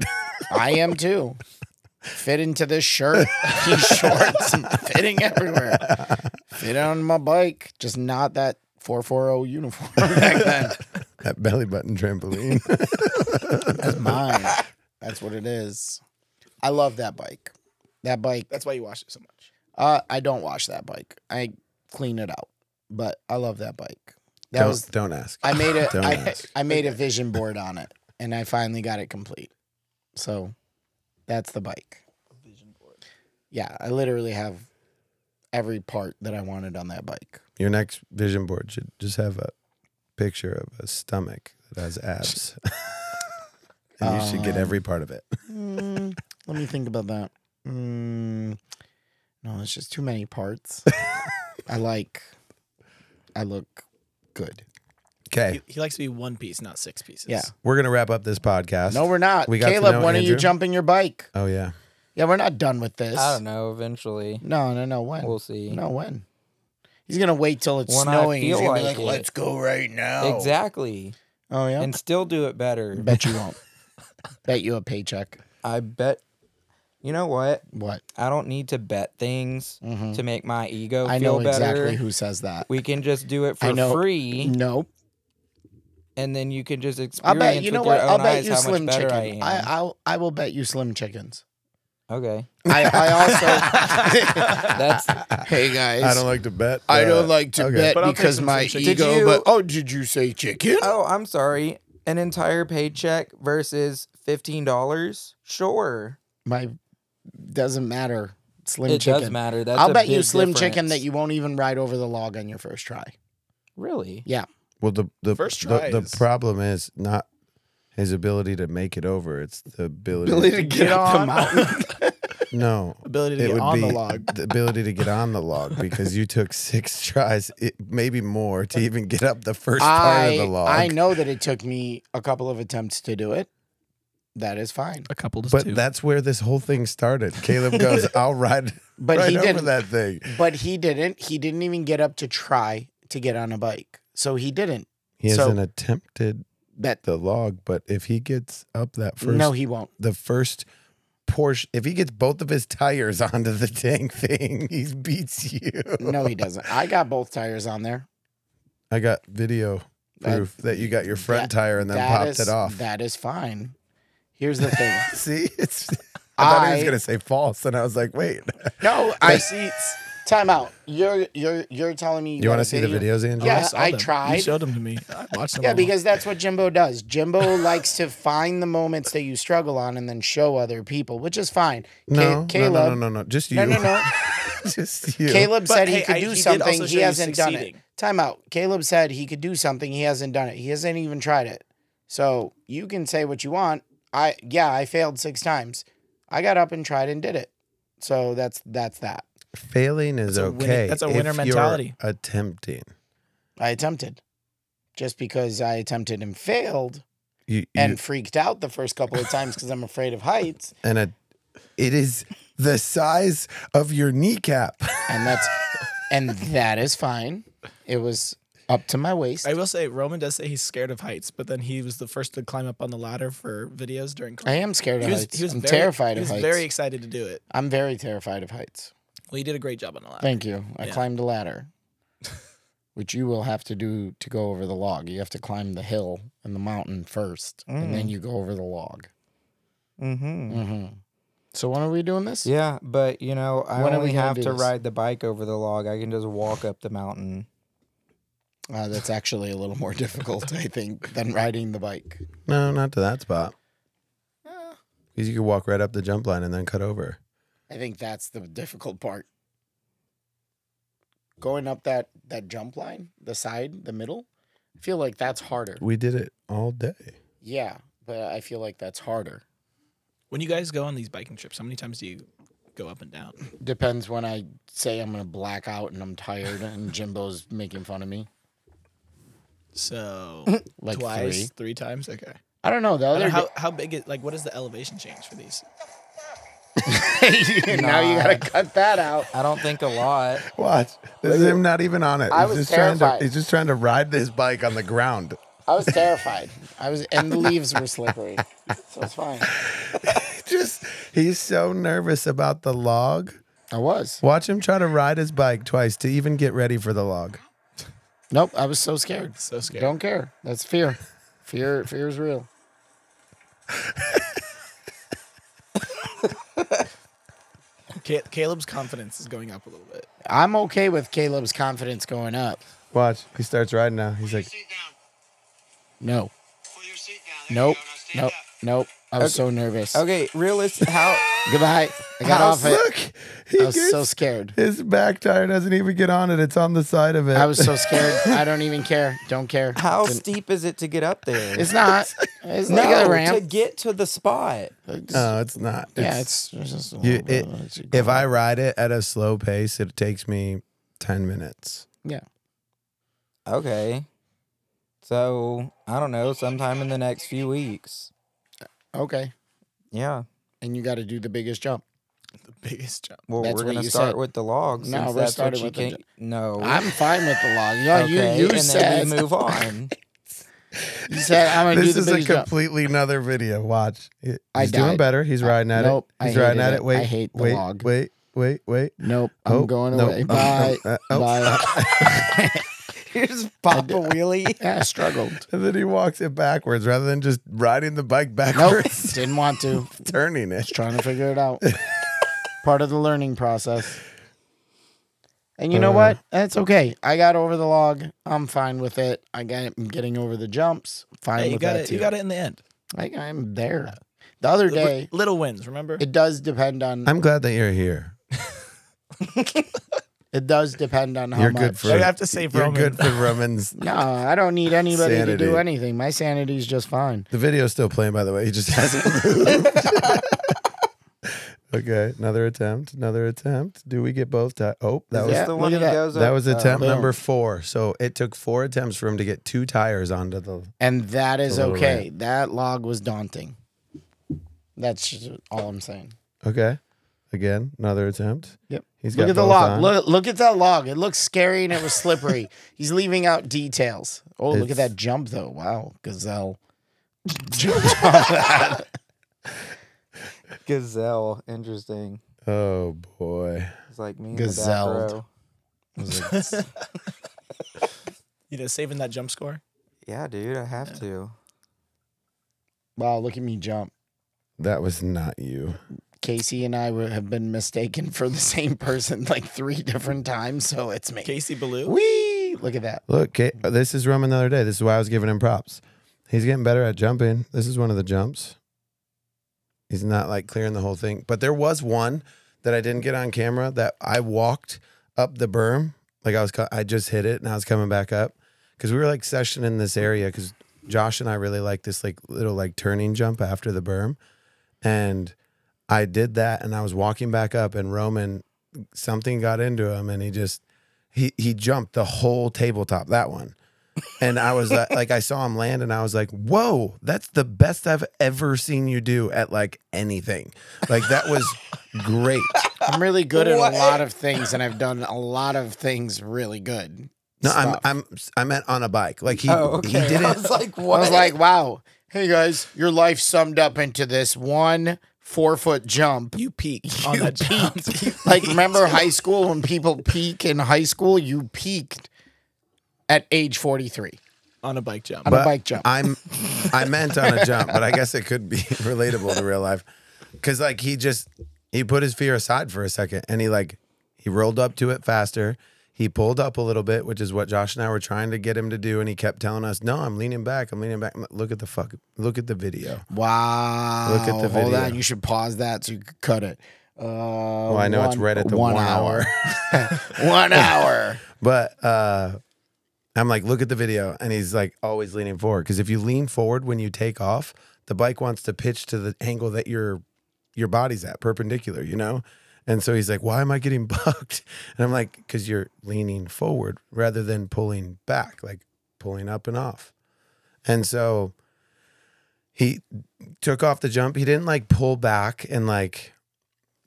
S3: I am too. Fit into this shirt, [laughs] these shorts, I'm fitting everywhere. Fit on my bike, just not that 440 uniform [laughs] [laughs] back then.
S1: [laughs] that belly button
S3: [laughs]
S1: trampoline.
S3: That's mine. That's what it is. I love that bike. That bike.
S4: that's why you watched it so much.
S3: Uh, I don't wash that bike. I clean it out, but I love that bike.
S1: [laughs]
S3: That
S1: don't,
S3: was
S1: don't ask.
S3: I made a
S1: Don't
S3: I,
S1: ask.
S3: I made a vision board on it, and I finally got it complete. So, that's the bike. Yeah, I literally have every part that I wanted on that bike.
S1: Your next vision board should just have a picture of a stomach that has abs. [laughs] and you should get
S3: Um,
S1: every part of it.
S3: Mm, let me think about that. Mm, no, it's just too
S1: [laughs]
S3: many parts. I like. I look good.
S1: Okay.
S4: He, he likes to be one piece, not six pieces.
S3: Yeah.
S1: We're going to wrap up this podcast.
S3: No, we're not.
S1: We got to
S3: Caleb,
S1: know
S3: when are you
S1: Andrew.
S3: jumping your bike?
S1: oh, yeah.
S3: Yeah, we're not done with this.
S2: I don't know. Eventually,
S3: No, no, no. When?
S2: we'll see.
S3: No, when? He's gonna wait till it's
S2: When I
S3: snowing. He's
S2: feel
S3: gonna be
S2: like
S3: like,
S2: it.
S3: "Let's go right now."
S2: Exactly,
S3: Oh yeah.
S2: and still do it better.
S3: [laughs] Bet you won't. Bet you a paycheck.
S2: I bet. You know what?
S3: What?
S2: I don't need to bet things
S3: Mhm.
S2: to make my ego
S3: I
S2: feel
S3: know
S2: better.
S3: exactly who says that.
S2: We can just do it
S3: I
S2: for
S3: know.
S2: free,
S3: Nope.
S2: and then you can just
S3: I'll
S2: experience
S3: bet you
S2: with
S3: know
S2: your
S3: what?
S2: own
S3: I'll bet
S2: eyes
S3: you
S2: how
S3: slim
S2: much better
S3: chicken.
S2: I am.
S3: I will I will bet you
S2: [laughs]
S3: slim chickens.
S2: okay,
S3: I, I [laughs] also
S2: [laughs]
S3: [laughs]
S2: that's
S3: Hey guys.
S1: I don't like to bet.
S3: I
S1: but-
S3: don't like to
S1: okay.
S3: bet
S4: But I'll take
S3: because
S4: some
S3: my
S4: slim chicken.
S3: ego,
S2: Did you-
S3: but oh, did you say chicken?
S2: Oh, I'm sorry. An entire paycheck versus fifteen dollars? Sure.
S3: My doesn't matter. Slim
S2: it
S3: chicken.
S2: does matter. That's
S3: I'll
S2: a
S3: bet you
S2: big
S3: slim
S2: difference.
S3: chicken that you won't even ride over the log on your first try.
S2: really
S1: Well, the, the,
S4: First
S1: the, the
S4: tries.
S1: problem is not his ability to make it over, it's the ability,
S3: get
S4: up the
S3: mountain. [laughs]
S1: No.
S4: Ability to
S1: It
S4: get
S1: would
S4: on
S1: be
S4: the log.
S1: the ability to get on the
S3: [laughs]
S1: log because you took six tries, it, maybe more, to even get up the first part of the
S3: I,
S1: log.
S3: I know that it took me a couple of attempts to do it. That is fine.
S4: A couple to
S1: But
S4: two.
S1: that's where this whole thing started. Caleb
S3: [laughs]
S1: goes, "I'll ride,
S3: But
S1: right
S3: he
S1: over
S3: didn't.
S1: that thing."
S3: But he didn't. He didn't even get up to try to get on a bike. So he didn't.
S1: He
S3: So-
S1: hasn't attempted
S3: That
S1: the log, but if he gets up that first,
S3: no, he won't.
S1: the first Porsche, if he gets both of his tires [laughs] onto the dang thing, he beats you. [laughs]
S3: No, he doesn't. I got both tires on there.
S1: I got video
S3: That-
S1: proof that you got your front
S3: that-
S1: tire and then
S3: That
S1: popped
S3: is-
S1: it off. [laughs]
S3: That is fine. Here's the thing.
S1: See, it's. I thought he was
S3: I-
S1: gonna say false, and I was like, "Wait,
S3: No, I
S1: seats."
S3: Time out. You're you're you're telling me
S1: You, want
S3: got
S1: to
S3: a
S1: see the videos, Andrew?
S3: Yeah.
S4: Oh, I, saw
S3: I
S4: them.
S3: tried.
S4: You showed them to me. I watched them.
S3: Yeah,
S4: all.
S3: because that's what Jimbo does. Jimbo [laughs] likes to find the moments that you struggle on and then show other people, which is fine. Ca-
S1: No, no,
S3: Caleb,
S1: no, no, no, no. Just you.
S3: no, no, no.
S1: [laughs] Just you.
S3: Caleb
S4: But
S3: said he
S4: hey,
S3: could
S4: I-
S3: do
S4: he did also
S3: something.
S4: show
S3: He
S4: you
S3: hasn't done it.
S4: succeeding.
S3: Time out. Caleb said he could do something. He hasn't done it. He hasn't even tried it. So you can say what you want. I yeah, I failed six times. I got up and tried and did it. So that's that's that.
S1: Failing is
S4: That's a
S1: okay.
S4: winning- that's a
S1: if
S4: winner
S1: you're
S4: mentality.
S1: attempting.
S3: I attempted. Just because I attempted and failed
S1: You, you-
S3: and freaked out the first couple of times because I'm afraid of heights.
S1: and a, it is the size of your kneecap. [laughs]
S3: and that's and that is fine. It was up to my waist.
S4: I will say Roman does say he's scared of heights, but then he was the first to climb up on the ladder for videos during.
S3: I am scared of
S4: He was,
S3: heights.
S4: he was
S3: I'm
S4: very,
S3: terrified
S4: he
S3: of
S4: was
S3: heights.
S4: very excited to do it.
S3: I'm very terrified of heights.
S4: Well, you did a great job on the ladder.
S3: Thank you. I
S4: Uh, Yeah.
S3: climbed
S4: [laughs]
S3: a ladder, which you will have to do to go over the log. You have to climb the hill and the mountain 1st and
S4: Mm.
S3: then you go over the log.
S2: Mm-hmm.
S3: hmm So when are we doing this?
S2: Yeah, but you know, I
S3: When are we
S2: only
S3: gonna
S2: have
S3: do
S2: to
S3: this?
S2: ride the bike over the log. I can just walk up the mountain.
S3: Uh, that's actually a little more [laughs] difficult, I think, than riding the bike.
S1: No, not to that spot. Because you could walk right up the jump line and then cut over.
S3: I think that's the difficult part. Going up that that jump line, the side, the middle, I feel like that's harder.
S1: We did it all day.
S3: [laughs] Yeah, but I feel like that's harder.
S4: When you guys go on these biking trips, how many times do you go up and down?
S3: Depends when I say I'm gonna black out and I'm
S4: [laughs]
S3: tired and Jimbo's making fun of me.
S4: So
S3: [laughs] Like
S4: twice,
S3: three.
S4: three times. Okay.
S3: I don't know. The
S4: I don't
S3: other
S4: know how how big is like what is the elevation change for these?
S3: [laughs]
S4: [laughs]
S3: day, now you gotta cut that out.
S2: I don't think a
S3: [laughs]
S2: lot.
S1: Watch. This is him not even on it.
S3: I
S1: he's
S3: was
S1: just trying
S3: terrified.
S1: to he's just trying to ride this bike on the ground. [laughs]
S3: I was terrified. I was, and the leaves were slippery, so it's fine.
S1: Just he's so nervous about the log.
S3: I was.
S1: Watch him try to ride his bike twice to even get ready for the log.
S3: Nope. I was so scared.
S4: So scary.
S3: Don't care. That's fear. Fear. Fear is real.
S4: Ca- Caleb's confidence is going up a little bit.
S3: I'm okay with Caleb's confidence going up.
S1: Watch. He starts riding now. He's like,
S5: Pull your seat down.
S3: No.
S5: Pull your seat down. There
S3: Nope.
S5: You go. Now stand
S3: Nope.
S5: up.
S3: Nope. I was so nervous.
S2: Okay, realistic. How?
S3: Goodbye. I got
S1: "House,
S3: off it.
S1: look. He
S3: I was
S1: gets,
S3: so scared.
S1: his back tire doesn't even get on it. It's on the side of it.
S3: I was so scared. I don't even care. Don't care.
S2: How
S3: Didn't-
S2: steep is it to get up there?
S3: It's not. It's
S2: no,
S3: not like a
S2: to
S3: ramp.
S2: get to the spot.
S1: [laughs]
S3: It's-
S1: No, Uh, it's not.
S3: yeah, it's, it's just a
S1: You-
S3: little bit
S1: it-
S3: of a-
S1: If I ride it at a slow pace, it takes me 10 minutes.
S3: yeah.
S2: Okay. So I don't know. Sometime in the next few weeks.
S3: Okay.
S2: Yeah.
S3: And you got to do the biggest jump.
S4: The biggest jump.
S2: Well,
S3: That's
S2: we're
S3: what
S2: gonna
S3: you
S2: start
S3: said.
S2: with the logs.
S3: No,
S2: since
S3: we're
S2: that's what
S3: starting
S2: you
S3: with
S2: can't.
S3: the ju-
S2: no.
S3: I'm fine with the log. Yo,
S2: okay,
S3: you you
S2: and
S3: said
S2: then we move on.
S3: you said I'm gonna do
S1: This
S3: the
S1: is a
S3: biggest jump.
S1: completely another video. Watch. It-
S3: I
S1: He's doing
S3: died.
S1: better. He's riding at
S3: nope,
S1: it.
S3: I
S1: He's riding
S3: hated
S1: at
S3: it.
S1: it. Wait.
S3: I hate the
S1: wait,
S3: log.
S1: Wait, wait, wait.
S3: Nope, I'm
S1: Oh,
S3: going
S1: nope. [laughs]
S3: away.
S1: Oh,
S3: Bye.
S1: oh, uh, oh.
S3: Bye.
S2: You just pop a wheelie.
S3: yeah, [laughs]
S1: [laughs]
S3: I struggled.
S1: [laughs] And then he walks it backwards rather than just riding the bike
S3: Nope,
S1: backwards,
S3: didn't want to.
S1: [laughs] turning it.
S3: Just trying to figure
S1: [laughs]
S3: it out. Part of the learning process. And
S1: Uh.
S3: you know what? That's okay. I got over the log. I'm fine with it. I got, I'm getting over the jumps. I'm fine
S4: Hey, you
S3: with
S4: got
S3: that
S4: it.
S3: too.
S4: You got it in the end.
S3: Like I'm there. The other
S4: Li-
S3: day,
S4: little wins. Remember? [laughs]
S3: it does depend on.
S1: I'm glad that you're here.
S3: it does depend on how
S1: You're
S3: much.
S1: good for
S4: I have to save
S1: You're
S4: Roman.
S1: good
S4: [laughs]
S1: for Romans.
S3: No, I don't need anybody to
S1: Sanity.
S3: do anything. My sanity's just fine.
S1: The video's still playing, by the way. He just
S3: [laughs]
S1: hasn't [laughs] moved. okay, another attempt. Another attempt. Do we get both? Ti- oh, that
S2: Is
S1: was
S2: this
S3: Yeah,
S2: the
S3: look
S2: one
S3: at
S2: that
S3: [laughs] that. uh,
S2: goes
S1: That
S2: up?
S1: was
S2: Oh.
S1: attempt
S3: boom.
S1: number four. So it took four attempts for him to get two tires onto the.
S3: And that is
S1: little
S3: okay. That log was daunting. That's just all I'm saying.
S1: Okay, again another attempt.
S3: Yep.
S1: He's
S3: Look
S1: got
S3: at the
S1: both
S3: log.
S1: on.
S3: Look, look at that log. It looks scary and it was [laughs] slippery. He's leaving out details. Oh, look at
S1: It's-
S3: that jump though. Wow, [laughs] gazelle. Jumped on that.
S2: Gazelle. Interesting.
S1: Oh boy.
S2: It's like me.
S3: Gazelled.
S2: Gazelle.
S3: I was like,
S4: You know, saving that jump score.
S2: [laughs] Yeah, dude. I have to.
S3: [laughs] wow, look at me jump.
S1: That was not you.
S3: Casey and I were, have been mistaken for the same person like three different times, so it's me.
S4: Casey Ballou.
S3: Wee! Look at that.
S1: Look, Ca- this is Roman the other day. This is why I was giving him props. He's getting better at jumping. This is one of the jumps. He's not like clearing the whole thing. But there was one that I didn't get on camera that I walked up the berm. Like I was, co- I just hit it and I was coming back up because we were like sessioning this area because Josh and I really like this like little like turning jump after the berm. And I did that and I was walking back up and Roman, something got into him and he just, he he jumped the whole tabletop that one and i was like, like i saw him land and i was like whoa that's the best i've ever seen you do at like anything like that was great
S3: I'm really good at
S2: What?
S3: a lot of things, and I've done a lot of things really good.
S1: no
S3: Stuff.
S1: i'm i'm i meant on a bike like he,
S2: Oh, okay.
S1: he did
S2: I
S1: it
S2: was like,
S3: I
S2: what?
S3: was like, wow. Hey guys, your life summed up into this one four foot jump.
S4: You
S3: [laughs]
S4: peaked on that jump.
S3: Like, remember high school when people peak in high school? You peaked at age 43
S4: [laughs] on a bike jump.
S3: on a bike jump.
S1: I'm I meant on a jump, but I guess it could be [laughs] relatable to real life. Cause like he just he put his fear aside for a second and he like he rolled up to it faster. He pulled up a little bit, which is what Josh and I were trying to get him to do, and he kept telling us, "No, I'm leaning back. I'm leaning back. I'm like, Look at the fuck. Look at the video.
S3: wow.
S1: Look at the
S3: Hold
S1: video.
S3: on. You should pause that so you could cut it. Uh,
S1: Oh, I know it's right at the one, hour.
S3: [laughs] one hour.
S1: But uh, I'm like, look at the video, and he's like always leaning forward because if you lean forward when you take off, the bike wants to pitch to the angle that your your body's at, perpendicular, you know. And so he's like, why am I getting [laughs] bucked? And I'm like, because you're leaning forward rather than pulling back, like pulling up and off. And so he took off the jump. He didn't like pull back and like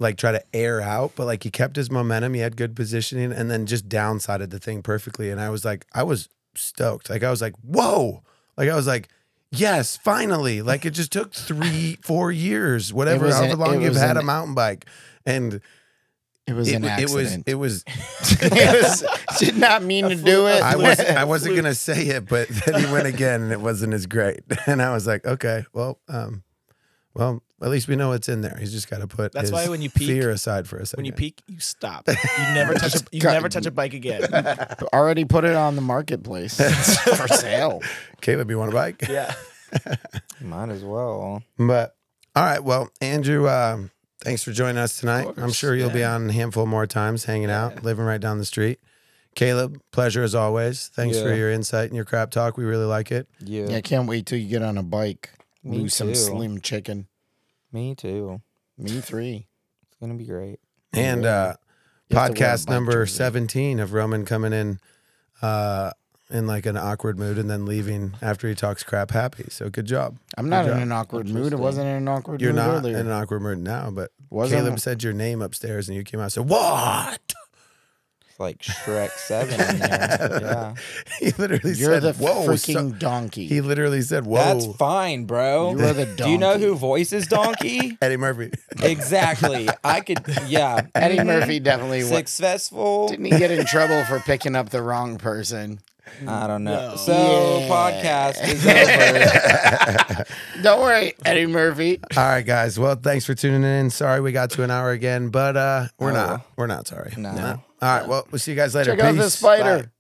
S1: like try to air out, but like he kept his momentum. He had good positioning and then just downsided the thing perfectly. And I was like, I was stoked. Like I was like, whoa. Like I was like, yes, finally. Like it just took three, four years, whatever,
S3: was
S1: however
S3: an-
S1: long
S3: it
S1: you've
S3: was
S1: had a
S3: an-
S1: mountain bike. And
S3: It was
S1: it,
S3: an
S1: it was
S3: [laughs] accident.
S1: it was
S3: Yes. Did not mean to do it. [laughs]
S1: I was I wasn't gonna say it, but then he went again, and it wasn't as great. [laughs] And I was like, okay, well, um, well, at least we know it's in there. He's just got to put
S4: That's
S1: his
S4: why when you peek-
S1: fear aside for a second.
S4: When you peak, you stop. You never touch a you
S3: cut.
S4: never touch a bike again.
S3: already put it on the [laughs] marketplace It's for sale.
S1: Caleb,
S4: [laughs]
S1: you want a bike?
S4: Yeah.
S2: Might as well.
S1: But all right, well, Andrew, um, thanks for joining us tonight. I'm
S4: course,
S1: sure you'll be
S4: yeah.
S1: on a handful more times, hanging out, living right down the street. Caleb, pleasure as always. Thanks for
S2: Yeah.
S1: your insight and your crap talk. We really like it.
S2: Yeah.
S3: Yeah, I can't wait till you get on a bike.
S2: Me
S3: Lose some
S2: too.
S3: slim chicken.
S2: Me too.
S3: Me three.
S2: It's gonna be great.
S1: And uh,
S3: You have to wear a
S1: podcast
S3: bike
S1: number
S3: jersey.
S1: 17 of Roman coming in uh, in like an awkward mood and then leaving after he talks crap happy. So good job.
S3: I'm not
S1: Good
S3: in
S1: job.
S3: an awkward mood. I
S2: Interesting.
S3: wasn't in an awkward
S1: You're
S3: mood
S1: not
S3: earlier.
S1: in an awkward mood now, but
S3: wasn't
S1: Caleb said your name upstairs and you came out and said, What? [laughs]
S2: It's
S3: [laughs]
S2: like Shrek Seven in there. Yeah.
S1: He literally
S3: you're
S1: said,
S3: the
S1: Whoa. so-"
S3: freaking donkey.
S1: he literally said, Whoa.
S2: That's fine, bro.
S3: You are the
S2: Do you know
S3: donkey.
S2: who voices
S3: [laughs]
S2: Donkey?
S1: Eddie Murphy. [laughs]
S2: exactly. I could. Yeah.
S3: Eddie Murphy definitely wa-
S2: Successful.
S3: didn't he get in trouble for picking up the wrong person?
S2: I don't know.
S4: No.
S2: So
S3: Yeah.
S2: podcast is
S3: [laughs]
S2: over.
S3: Don't worry, Eddie Murphy.
S1: All right, guys. Well, thanks for tuning in. Sorry we got to an
S3: Oh,
S1: hour again, but uh, we're not. We're not sorry.
S2: No.
S1: All right. Well, we'll see you guys later.
S3: Check out
S1: Peace.
S3: the spider.
S1: Bye.